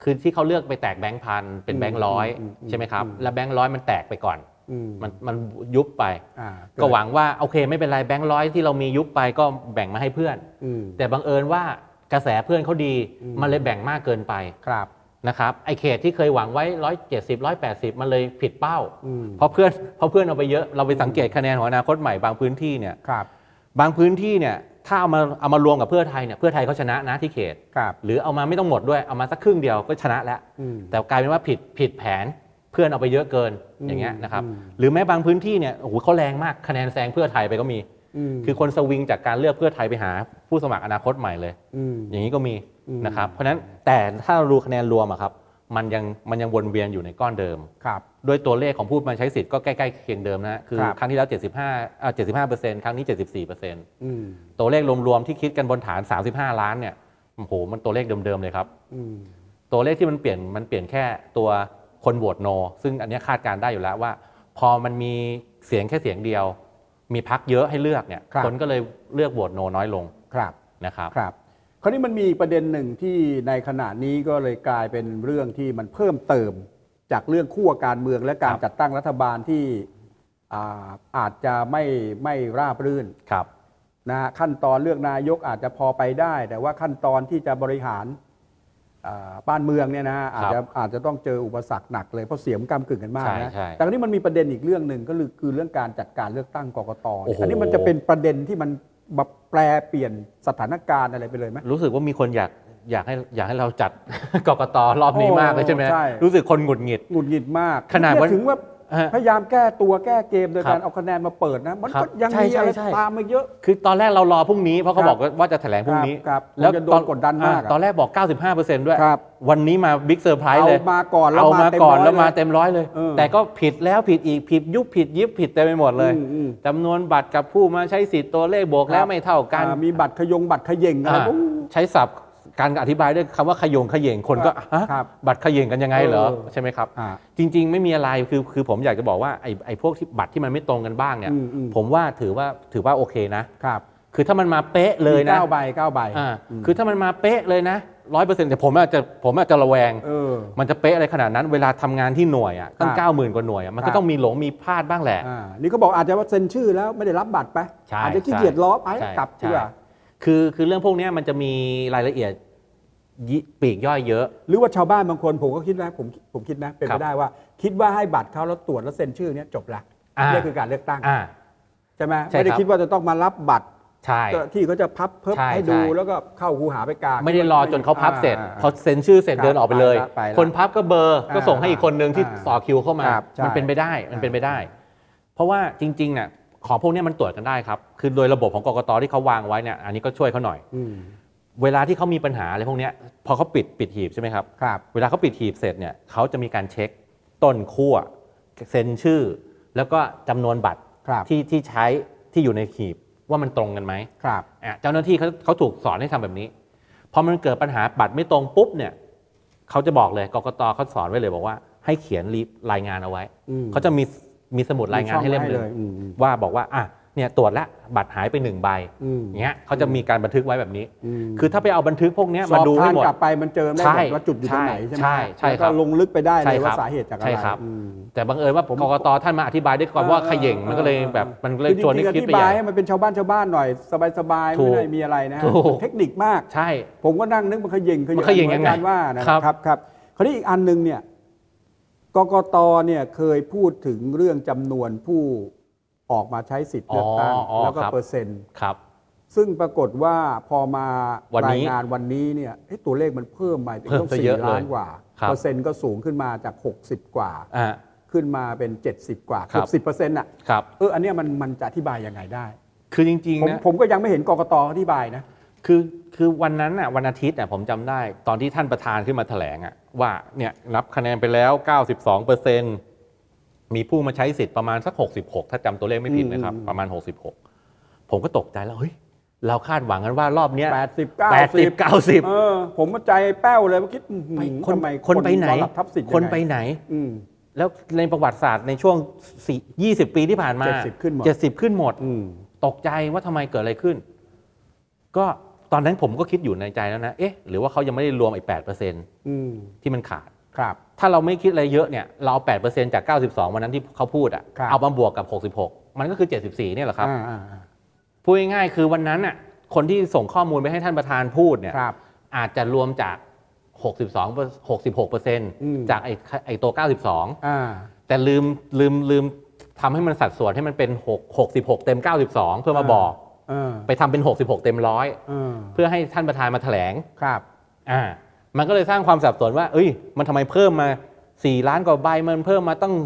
คือที่เขาเลือกไปแตกแบงค์พันเป็นแบงค์ร้อย
อืมอืม
ใช่ไหมครับ
อืม
แล้วแบงค์ร้อยมันแตกไปก่อน
อื
มันมันยุบไป
อ่า
ก็หวังว่าโอเคไม่เป็นไรแบงค์ร้อยที่เรามียุบไปก็แบ่งมาให้เพื่อน
อืม
แต่บังเอิญว่ากระแสเพื่อนเขาดี
อืม
มันเลยแบ่งมากเกินไป
ครับ
นะครับไอเขตที่เคยหวังไว้ร้อยเจ็ดสิบร้อยแปดสิบมันเลยผิดเป้า
อืม
เพราะเพื่อนเพราะเพื่อนเอาไปเยอะเราไปสังเกตคะแนนของอนาคตใหม่บางพื้นที่เนี่ย
ครับ
บางพื้นที่เนี่ยถ้าเอามาเอามารวมกับเพื่อไทยเนี่ยเพื่อไทยเขาชนะนะที่เขต
ครับ
หรือเอามาไม่ต้องหมดด้วยเอามาสักครึ่งเดียวก็ชนะแล้ว
อืม
แต่กลายเป็นว่าผิดผิดแผนเพื่อนเอาไปเยอะเกินอย่างเงี้ยนะครับ
อืม
หรือแม้บางพื้นที่เนี่ยโอ้โหเขาแรงมากคะแนนแซงเพื่อไทยไปก็มี
ม
คือคนสวิงจากการเลือกเพื่อไทยไปหาผู้สมัครอนาคตใหม่เลย
ม
อย่างนี้ก็มี
อืม
นะครับเพราะฉะนั้นแต่ถ้าเราดูคะแนนรวมอะครับมันยังมันยังวนเวียนอยู่ในก้อนเดิม
ครับ
ด้วยตัวเลขของผู้มาใช้สิทธิ์ก็ใกล้ๆเคียงเดิมนะคือ
ครับ
ครั้งที่แล้ว 75อ่า75เปอร์เซ็นต์ครั้งนี้ 74เปอร์เซ็นต์
อืม
ตัวเลขรวมๆที่คิดกันบนฐาน 35 ล้านเนี่ยโอ้โหมันตัวเลขเดิมๆเลยครับ
อืม
ตัวเลขที่มันเปลี่ยนมันเปลี่ยนแค่ตัวคนโหวตโน ซึ่งอันเนี้ยคาดการณ์ได้อยู่แล้วว่า พอมันมีเสียงแค่เสียงเดียว มีพักเยอะให้เลือกเนี่ยคนก็เลยเลือกโหวตโนน้อยลง
ครับ
นะครับ
ครับ คราวนี้มันมีประเด็นหนึ่งที่ในขณะนี้ก็เลยกลายเป็นเรื่องที่มันเพิ่มเติม จากเรื่องขั้วการเมืองและการ
ครับ
จัดตั้งรัฐบาลที่อาอาจจะไม่ไม่ราบรื่น
ครับ
นะฮะขั้นตอนเลือกนายกอาจจะพอไปได้ แต่ว่าขั้นตอนที่จะบริหารอ่าบ้านเมืองเนี่ยนะฮะอาจจะอาจจะต้องเจออุปสรรคหนักเลยเพราะเสียงกำกึ่งกันมาก
ใช่
นะ
ใช่
แต่คราวนี้มันมีประเด็นอีกเรื่องหนึ่งก็คือคือเรื่องการจัดการเลือกตั้งกกต
โอ้
เนี่ย
โห
อันนี้มันจะเป็นประเด็นที่มันแบบแปลเปลี่ยนสถานการณ์อะไรไปเลยไหม
รู้สึกว่ามีคนอยากอยากให้อยากให้เราจัด กกตรอบนี้มากเลยใช่ไหม
โอ้ใช่
รู้สึกคนหงุดหงิด
หงุดหงิดมาก
ขนาดว่า
เยถึงว่า
ฮะ
พยายามแก้ตัวแก้เกมโดย
ครับ
การเอาคะแนนมาเปิดนะ มัน
ครั
ก็
บ
ยัง
ใช่
มีอะไร
ใช่ใช่
ตามมาเยอะ
คือตอนแรกเรารอพรุ่งนี้เพราะเขา
ครับ
บอกว่าจะแถลงพรุ่งนี้
ครับครับผมจะโดน
ตอน
กดดันมากอะ
อ่ตอนแรกบอก 95%ด้วย
ครับ
วันนี้มาบิ๊กเซอร์ไพรส์
เอา
เลย
มาก่อนแล้ว
เอา
มา
มา
เต็ม
ก่อน
ร้อย
แล้วมา
เลย
เต็มร้อยเลย
เออ
แต่ก็ผิดแล้วผิดอีกผิดยุบผิดยิบผิดเต็มไปหมดเลย
อืมอืม
จำนวนบัตรกับผู้มาใช้สิทธิ์ตัวเลขบวกแล้
ครับ
วไม่เท่ากัน
อ่ามีบัตรขยงบัตรขย่งอะไร
อ่า
ปุ๊บ
ใช้ศัพท์การอธิบายด้วยคำว่าขยงขยงคนก็ฮะ
ครับ
บัตรขยงกันยังไงเหรอ
เออ
ใช่ไหมครับ
อ่า
จริง ๆ ไม่มีอะไรคือคือผมอยากจะบอกว่าไอ้ไอ้พวกที่บัตรที่มันไม่ตรงกันบ้างเนี่ย
อืมอืม
ผมว่าถือว่าถือว่าโอเคนะ
ครับ
คือถ้ามันมาเป๊ะเลย
มี
นะ
เก้าใบเก้าใบ
อ่า
อืม
คือถ้ามันมาเป๊ะเลยนะร้อยเปอร์เซ็นต์แต่ผมอาจจะผมอาจจะระแวง
เออ
มันจะเป๊ะอะไรขนาดนั้นเวลาทำงานที่หน่วยอ่ะตั้ง
ครับ
เก้าหมื่นกว่าหน่วยอะมัน
ครั
ก็
บ
ต้องมีหลงมีพลาดบ้างแหละ
อ่านี่ก็บอกอาจจะว่าเซ็นชื่อแล้วไม่ได้รับบัตรไป
ใช่
อาจจะขี้เกียจล้อไป
ใช่
กลับดีกว่า
ใช่ คือคือเรื่องพวกเนี้ยมันจะมีรายละเอียดยิปลีกย่อยเยอะ
หรือว่าชาวบ้านบางคนผมก็คิดนะผมผมคิดนะเป็น
ครั
ไป
บ
ได้ว่า คิดว่าให้บัตรเขาแล้วตรวจแล้วเซ็นชื่อเนี้ยจบละ
อ่า
นี่คือการเลือกตั้ง
อ่า
ใช่ไหม
ใช่
ไม่ได้
ครับ
คิดว่าจะต้องมารับบัตร
ใช่
เจ้าหน้าที่เขาจะพับเพิบ
ใช่
ให้ดู
ใช่
แล้วก็เข้าคูหาไปกลาง
ไม่ได้รอจนเขาพับเสร็จพอเซ็นชื่อเสร็จ
ครับ
เดินออกไปเลย
ไปละไปละ
คนพับก็เบอร์ก็ส่งให้อีกคนนึงที่
อ่า
ต่อคิวเข้ามา
ครับใช่
มันเป็นไปได้มันเป็นไปได้ เพราะว่าจริงๆเนี่ยของพวกเนี้ยมันตรวจกันได้ครับ คือโดยระบบของกกตที่เขาวางไว้เนี่ยอันนี้ก็ช่วยเขาหน่อย
ืม
เวลาที่เขามีปัญหาอะไรพวกเนี้ยพอเขาปิดปิดหีบใช่ไหมครับ
ครับ
เวลาเขาปิดหีบเสร็จเนี่ยเขาจะมีการเช็คต้นขั้วเซ็นชื่อ แล้วก็จำนวนบัตร
ครับ
ที่ที่ใช้ที่อยู่ในหีบว่ามันตรงกันไหม
ครับ
อ่ะเจ้าหน้าที่เขาเขาถูกสอนให้ทำแบบนี้ พอมันเกิดปัญหาบัตรไม่ตรงปุ๊บเนี่ยเขาจะบอกเลยกกตเขาสอนไว้เลยบอกว่าให้เขียนรีรายงานเอาไว้
อืม
เขาจะมีมีสมุดรายงานให้เล่มหนึ่ง
อืม
ว่าบอกว่าอ่ะเนี่ยตรวจแล้วบัตรหายไปหนึ่งใบ
อืม
อย่างเงี้ยเขาจะมีการบันทึกไว้แบบนี้
ม
คือถ้าไปเอาบันทึกพวกเนี้ย
ส
มา
อบ
ดูให้
ทาน
หมด
กลับไปมันเจอได้ห
ใช่
มดว่าจุดอยู่ตรงไหนใช่ไหม
ใช่ใช่
แล้ว
ครั
ก็
บ
ลงลึกไปได้เล
ใช่
ย
ครับ
ว่าสาเหตุจากอะไร
ใช่ครับ
อืม
แต่บังเอิญว่าผมกกตท่านมาอธิบายด้วยก่อนว่า
เออ
เขย่งมันก็เลยแบบ
ออ
มันก็เลยชวนให้
ออ
คิด
อ
ไป
ธิ
ให
บา
ญ่
ยให้มันเป็นชาวบ้านชาวบ้านหน่อย สบายสบายๆ
ถู
ไม่
ก
ได้มีอะไรนะ
ถูก
มันเทคนิคมาก
ใช่
ผมก็นั่งนึกมันเขย่งเข
มันเขย่
ย่
ง
ง
ยังไง
อาจารย์ว่านะครับ ครับครับคราวนี้อีกอันหนึงเนี่ยกกตเนี่ยเคยพูดถึงเรื่องจำนวนผู้ออกมาใช้สิทธิ์เลือกตั้ง
อ๋ออ๋อ
แล้วก็
ครับ
เปอร์เซ็นต์
ครับ
ซึ่งปรากฏว่าพอมา
วันนี้
รายงานวันนี้เนี่ยเอ๊ะตัวเลขมันเพิ่มไป
เพิ่ม
ต้อง
ซะ
สี่
เยอะเลย
ล้านกว่า
ครับ
เปอร์เซ็นต์ก็สูงขึ้นมาจาก 60 กว่า
อ่า
ขึ้นมาเป็น 70 กว่า
ครั
เกือบ บสิบเปอร์เซ็นต์อ่ะ
ครับ
เออ อันเนี้ยมันมันจะอธิบายยังไงได้
คือจริง
ผม
ๆนะ
ผมก็ยังไม่เห็นกกตอธิบายนะ
คือคือวันนั้นน่ะวันอาทิตย์น่ะผมจำได้ตอนที่ท่านประธานขึ้นมาแถลงอะว่าเนี่ยนับคะแนนไปแล้ว 92เปอร์เซ็นมีผู้มาใช้สิทธิ์ประมาณสัก 66 ถ้าจำตัวเลขไม่ผิดนะครับ
อืม
ประมาณ 66 ผมก็ตกใจแล้ว เฮ้ย เราคาดหวังกันว่ารอบเนี้ย
80
80
90 เออ
90
ผมมาใจแป้วเลยเมื่อกี้อื้อหือ
ไปคน
ทำไม
คนไปไหน
นอนหลับทับสิทธิ์
คน
ยังง
ไปไหน
อืม
แล้วในประวัติศาสตร์ในช่วงสี่20 ปีที่ผ่านมา
70ขึ้นหมด
เจ็ดสิบขึ้นหมด
อืม
ตกใจว่าทำไมเกิดอะไรขึ้น ก็ตอนนั้นผมก็คิดอยู่ในใจแล้วนะ เอ๊ะ หรือว่าเขายังไม่ได้รวมไอ้แปดเปอร์เซ็น
อืม
ที่มันขาด
ครับ
ถ้าเราไม่คิดอะไรเยอะเนี่ย เราเอาแปดเปอร์เซ็นจากเก้าสิบสองวันนั้นที่เขาพูดอะ
ครับ
เอามาบวกกับหกสิบหกมันก็คือเจ็ดสิบสี่เนี่ยแหละครับ
อ่าอ่าอ่า
พูดง่ายๆคือวันนั้นอะคนที่ส่งข้อมูลไปให้ท่านประธานพูดเนี่ย
ครับ
อาจจะรวมจาก 62 66เปอร์เซ็นต์
ม
จากไอ้ไอ้ตัว
อ่า
92 แต่ลืมลืมลืมทำให้มันสัดส่วนให้มันเป็น6 66 เต็ม 92 เพื่อมา
อ่า
บอก
เออ
ไปทำเป็น 66 เต็มร้อย
เออ
เพื่อให้ท่านประธานมาแถลง
ครับ
อ่า มันก็เลยสร้างความสับสนว่า เอ้ย มันทำไมเพิ่มมา 4 ล้านกว่าใบ มันเพิ่มมาตั้ง
ม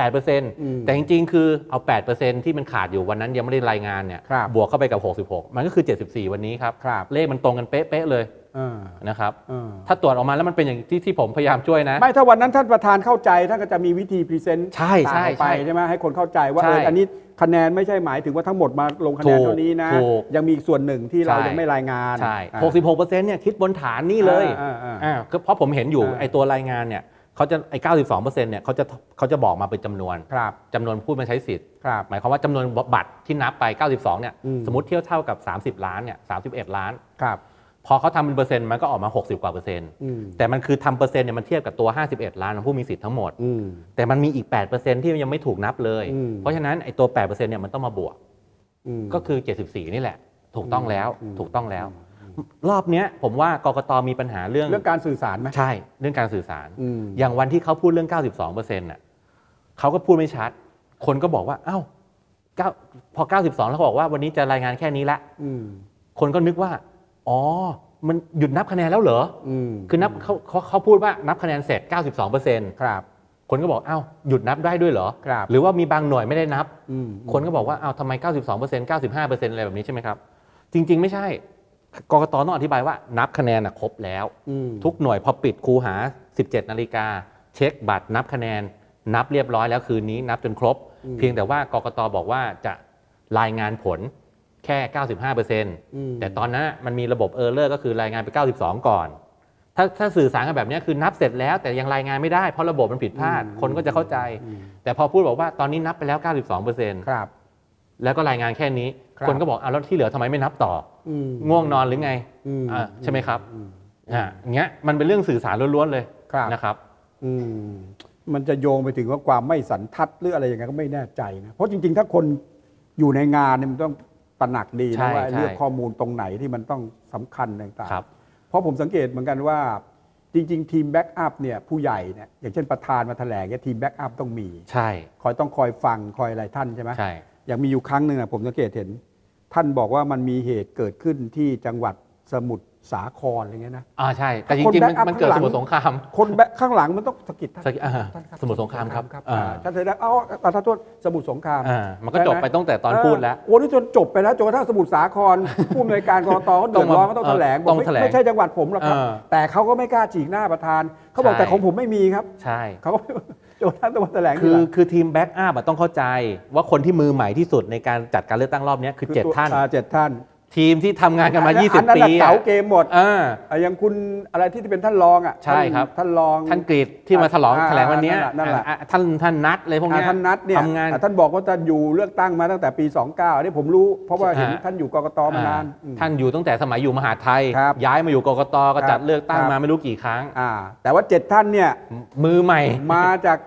7-8%แต่จริงๆ คือเอา 8%ที่มันขาดอยู่วันนั้นยังไม่ได้รายงานเนี่ย
ครับ
บวกเข้าไปกับ 66 มันก็คือ 74 วันนี้ครับ
ครับ
เลขมันตรงกันเป๊ะๆเลย
เออ
นะครับ
เออ
ถ้าตรวจออกมาแล้วมันเป็นอย่างที่ที่ผมพยายามช่วยนะ
ไม่ถ้าวันนั้นท่านประธานเข้าใจท่านก็จะมีวิธีพรีเซนต์
ใช่
ต่าง
ใช่
ออกไป
ใช่
ใช่ไหมให้คนเข้าใจว่า
ใช่
เอออันนี้คะแนนไม่ใช่หมายถึงว่าทั้งหมดมาลงคะแนนเท่านี้นะ
ถูกถูก
ยังมีอีกส่วนหนึ่งที่เรา
ใช่
ยังไม่รายงาน
ใช่
อ่า
66เปอร์เซ็นต์เนี่ยคิดบนฐานนี่เลย
อ่าอ่าอ่า
อ่าก็เพราะผมเห็นอยู่
อ่า
ไอ้ตัวรายงานเนี่ยเขาจะไอ้92เปอร์เซ็นต์เนี่ยเขาจะเขาจะบอกมาเป็นจำนวน
ครับ
จำนวนผู้มาใช้สิทธิ์
ครับ
หมายความว่าจำนวนบัตรที่นับไป 92 เนี่ย
อืม
สมมติเที่ยวเท่ากับ 30 ล้านเนี่ย 31 ล้าน
ครับ
พอเขาทำเป็นเปอร์เซ็นต์มันก็ออกมา 60 กว่าเปอร์เซ็นต์
อืม
แต่มันคือทำเปอร์เซ็นต์เนี่ยมันเทียบกับตัว 51 ล้านของผู้มีสิทธิ์ทั้งหมด
อืม
แต่มันมีอีก 8%ที่ยังไม่ถูกนับเลย
อืม
เพราะฉะนั้นไอ้ตัว 8%เนี่ยมันต้องมาบวก
อืม
ก็คือ 74 นี่แหละ ถูกต้องแล้ว
อืม
ถูกต้องแล้ว รอบเนี้ยผมว่ากกตมีปัญหาเรื่อง
เรื่องการสื่อสารไหม
ใช่ เรื่องการสื่อสาร
อืม
อย่างวันที่เขาพูดเรื่อง 92เปอร์เซ็นต์่ะเขาก็พูดไม่ชัด คนก็บอกว่า เอ้าเก้าพอ 92 แล้วเขาบอกว่าวันนี้จะรายงานแค่นี้ละ
อืม
คนก็นึกว่า อ๋อ มันหยุดนับคะแนนแล้วเหรอ
อืม
คือนับเขาเขาเขาพูดว่านับคะแนนเสร็จ 92เปอร์เซ็นต์
ครับ
คนก็บอก เอ้า หยุดนับได้ด้วยเหรอ
ครับ
หรือว่ามีบางหน่วยไม่ได้นับ
อืม
คนก็บอกว่า เอ้าทำไม 92เปอร์เซ็นต์95เปอร์เซ็นต์อะไรแบบนี้ใช่ไหมครับ จริง ๆ ไม่ใช่ กกตต้องอธิบายว่านับคะแนนน่ะครบแล้ว
อืม
ทุกหน่วยพอปิดคูหา 17 นาฬิกา เช็คบัตรนับคะแนน นับเรียบร้อยแล้วคืนนี้นับจนครบ เพียงแต่ว่ากกตบอกว่าจะรายงานผลแค่ 95%
อืม
แต่ตอนนั้นมันมีระบบเออร์เลอร์ก็คือรายงานไป 92 ก่อน ถ้าถ้าสื่อสารกันแบบนี้คือนับเสร็จแล้วแต่ยังรายงานไม่ได้เพราะระบบมันผิดพลาด คนก็จะเข้าใจ แต่พอพูดบอกว่าตอนนี้นับไปแล้ว 92%
ครับ
แล้วก็รายงานแค่นี้
ครับ
คนก็บอกอ้าวแล้วที่เหลือทำไมไม่นับต่อ
อืม
ง่วงนอนหรือไง
อืม
อ่าใช่ไหมครับ
อืม
อ่ะอย่างเงี้ยมันเป็นเรื่องสื่อสารล้วนๆเลย
ครับ
นะครับ
อืมมันจะโยงไปถึงว่าความไม่สันทัดหรืออะไรอย่างเงี้ยก็ไม่แน่ใจนะเพราะจริงๆ ถ้าคนอยู่ในงานเนี่ยมันต้องตระหนักดี
ใช่
นะว่า
ใช่
เลือกข้อมูลตรงไหนที่มันต้องสำคัญต่าง
ครับ
ๆ เพราะผมสังเกตเหมือนกันว่า จริง ๆ ทีมแบ็กอัพเนี่ยผู้ใหญ่เนี่ยอย่างเช่นประธานมาแถลงเนี่ยทีมแบ็กอัพต้องมี
ใช่
คอยต้องคอยฟังคอยอะไรท่านใช่ไหม
ใช่
อย่างมีอยู่ครั้งหนึ่งนะผมสังเกตเห็น ท่านบอกว่ามันมีเหตุเกิดขึ้นที่จังหวัดสมุทรสาครอะไรเงี้ยนะ
อ่าใช่ แต่จ
คน
ริงๆ มัน
backup
มันเกิด
ข้างหลั
ส
ง
มุทรสงคราม
คนแบ็คข้างหลังมันต้องสะกิดท่าน
สกิอ่า
ท่านครับ
สมุทรสงครามครับ
อ่า
อ่า
ท่านเสด็จแล้วเอาเอาท่านโทษสมุทรสงคราม
อ่ามันก็จบไปตั้งแต่ตอนพูดแล้ว
เออโอ้นี่จนจบไปแล้วจนกระทั่งสมุทรสาคร ผู้อำนวยการกรตเขาเดือดร้อนเขาต้องแถลงบ
ต้
อก
อง
ไม่
แถลง
ไม่ใช่จังหวัดผมหรอกครับ
เออ
แต่เขาก็ไม่กล้าจีกหน้าประธาน เขาบอก
ใช่
แต่ของผมไม่มีครับ
ใช่
เขาก็ จนกระทั่งต้องแถลง
คื
ที
อ
หลัง
คือทีมแบ็กอัพอะต้องเข้าใจว่าคนที่มือใหม่ที่สุดในการจัดการเลือกตั้งรอบเนี้ยคือ
ตัว
7 ท่าน
อ่เจ็ดท่าน
ทีมที่ทำงานกันมา
อัอั
20
นั้น
ปี
น่ะ
อะ
เก๋าเกมหมด
อ่า
อ่ะอย่างคุณอะไรที่เป็นท่านรองอ่ะ
ใช่ครับ
ท่านรอง
ท่านกรีดที่มาฉลอง
อ่า
แถลงวันเนี้ย
นั่นแหละนั่นแหละ
อ่าท่านท่านนัดอะไรพวกเนี้
อ่ะ
ย
ท่านนัดเนี่ย
ทำงาน
อ่ะท่านบอกว่าท่านอยู่เลือกตั้งมาตั้งแต่ปี 29อันนี้ผมรู้ เพราะว่าเห็น
อ่า
ท่านอยู่กกตมานาน
อ่ท่านอยู่ตั้งแต่สมัยอยู่มหาดไทย
ครับ
ย้ายมาอยู่กกตก็จัดเลือกตั้ง
ครับ
มาไม่รู้กี่ครั้ง
อ่าแต่ว่าเจ็ดท่านเนี่ย
มือใหม่
มาจาก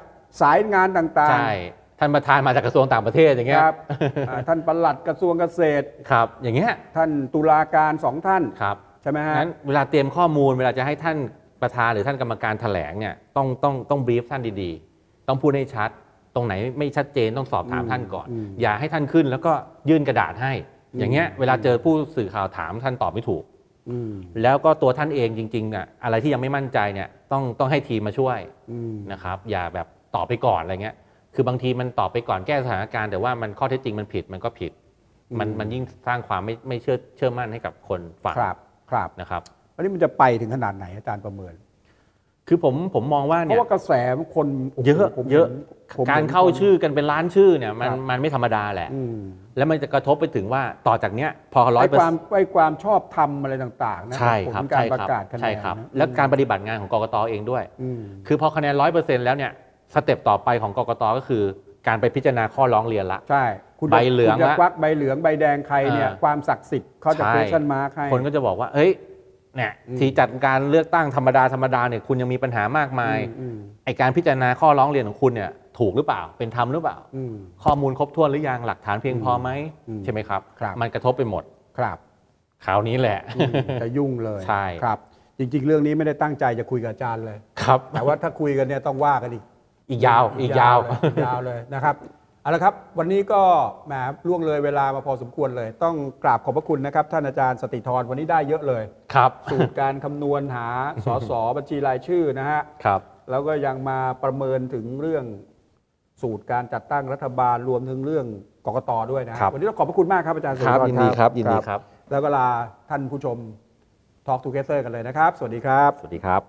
สายงานต่างๆ
ใช่ ท่านประธานมาจากกระทรวงต่างประเทศอย่างเงี้ย
ครับอ่าท่านปลัดกระทรวงเกษตร
ครับ อย่างเงี้ย
ท่านตุลาการสองท่าน
ครับ
ใช่ไหมฮะ
งั้นเวลาเตรียมข้อมูลเวลาจะให้ท่านประธานหรือท่านกรรมการแถลงเนี่ยต้องต้องต้องบรีฟท่านดีๆ ต้องพูดให้ชัด ตรงไหนไม่ชัดเจนต้องสอบถาม
อืม
ท่านก่อน
อืม
อย่าให้ท่านขึ้นแล้วก็ยื่นกระดาษให้
อืม
อย่างเงี้ยเวลาเจอผู้สื่อข่าวถามท่านตอบไม่ถูก
อืม
แล้วก็ตัวท่านเองจริงๆน่ะอะไรที่ยังไม่มั่นใจเนี่ยต้องต้องให้ทีมมาช่วย
อืม
นะครับ อย่าแบบตอบไปก่อนอะไรเงี้ย คือบางทีมันตอบไปก่อนแก้สถานการณ์แต่ว่ามันข้อเท็จจริงมันผิดมันก็ผิด มันมันยิ่งสร้างความไม่ไม่เชื่อเชื่อมั่นให้กับคนฟัง
ครับครับ
นะครับ
อันนี้มันจะไปถึงขนาดไหนอาจารย์ประเมิน
คือผมผมมองว่า
เพ
เนี่
ราะ
ย
ว่ากระแสคนโโห
เยอะ
ผมห็น
เยอะ
ผมห็น
การเข้าชื่อกันเป็นล้านชื่อเนี่ยมัน
ครับ
มันไม่ธรรมดาแหละ
อืม
แล้วมันจะกระทบไปถึงว่าต่อจากเนี้ยพอร้อ
ไอ้
ยเปอ
ค
ร์
วามไอ้ความชอบทำอะไรต่างๆนะ
ใช่ค
ผ
รับ
ลการ
ใช่
ป
ค
ระ
รับ
กาศคะแนน
ใช่ครับ
นะ
และการปฏิบัติงานของกกตเองด้วย
อืม
คือพอคะแนนร้อยเปอร์เซ็นต์แล้วเนี่ยสเต็ปต่อไปของกกตก็คือการไปพิจารณาข้อร้องเรียนละ
ใช่ คุณจะ
ใบเหลือง
คุณจะ
ละ
ควักใบเหลืองใบแดงใครเนี่ย
เออ
ความศักดิ์สิทธิ์เขาจะ
ใช่
เฟชั่นมาใคร
คนก็จะบอกว่า เอ้ยเนี่ย
อืม
ที่จัดการเลือกตั้งธรรมดาธรรมดาเนี่ยคุณยังมีปัญหามากมาย
อืม
ไอการพิจารณาข้อร้องเรียนของคุณเนี่ยถูกหรือเปล่าเป็นธรรมหรือเปล่า
อืม
ข้อมูลครบถ้วนหรือยังหลักฐานเพียงพอไหม
อืม
ใช่ไหมครับ
ครับ
มันกระทบไปหมด
ครับ
คราวนี้แหละ
อืมจะยุ่งเลย
ใช่
ครับ จริง ๆ เรื่องนี้ไม่ได้ตั้งใจจะคุยกับอาจารย์เลย
ครับ
แต่ว่าถ้าคุยกันเนี่ยต้องว่ากันอีก
อีกยาวอีกยาว
เลยอีกยาวเลยนะครับเอาละครับวันนี้ก็แหมล่วงเลยเวลามาพอสมควรเลย ต้องกราบขอบพระคุณนะครับ ท่านอาจารย์สติธรวันนี้ได้เยอะเลย
ครับ
สูตรการคำนวณหาสสบัญชีรายชื่อนะฮะ
ครับ
แล้วก็ยังมาประเมินถึงเรื่องสูตรการจัดตั้งรัฐบาลรวมถึงเรื่องกกตด้วยนะฮะ
ครับ
วันนี้ต้องขอบพระคุณมากครับอาจารย์สุนทรแล้วก็ลาท่านผู้ชม Talk to c a s e r กันเลยนะครับ สวัสดีครับ
สวัสดีครับ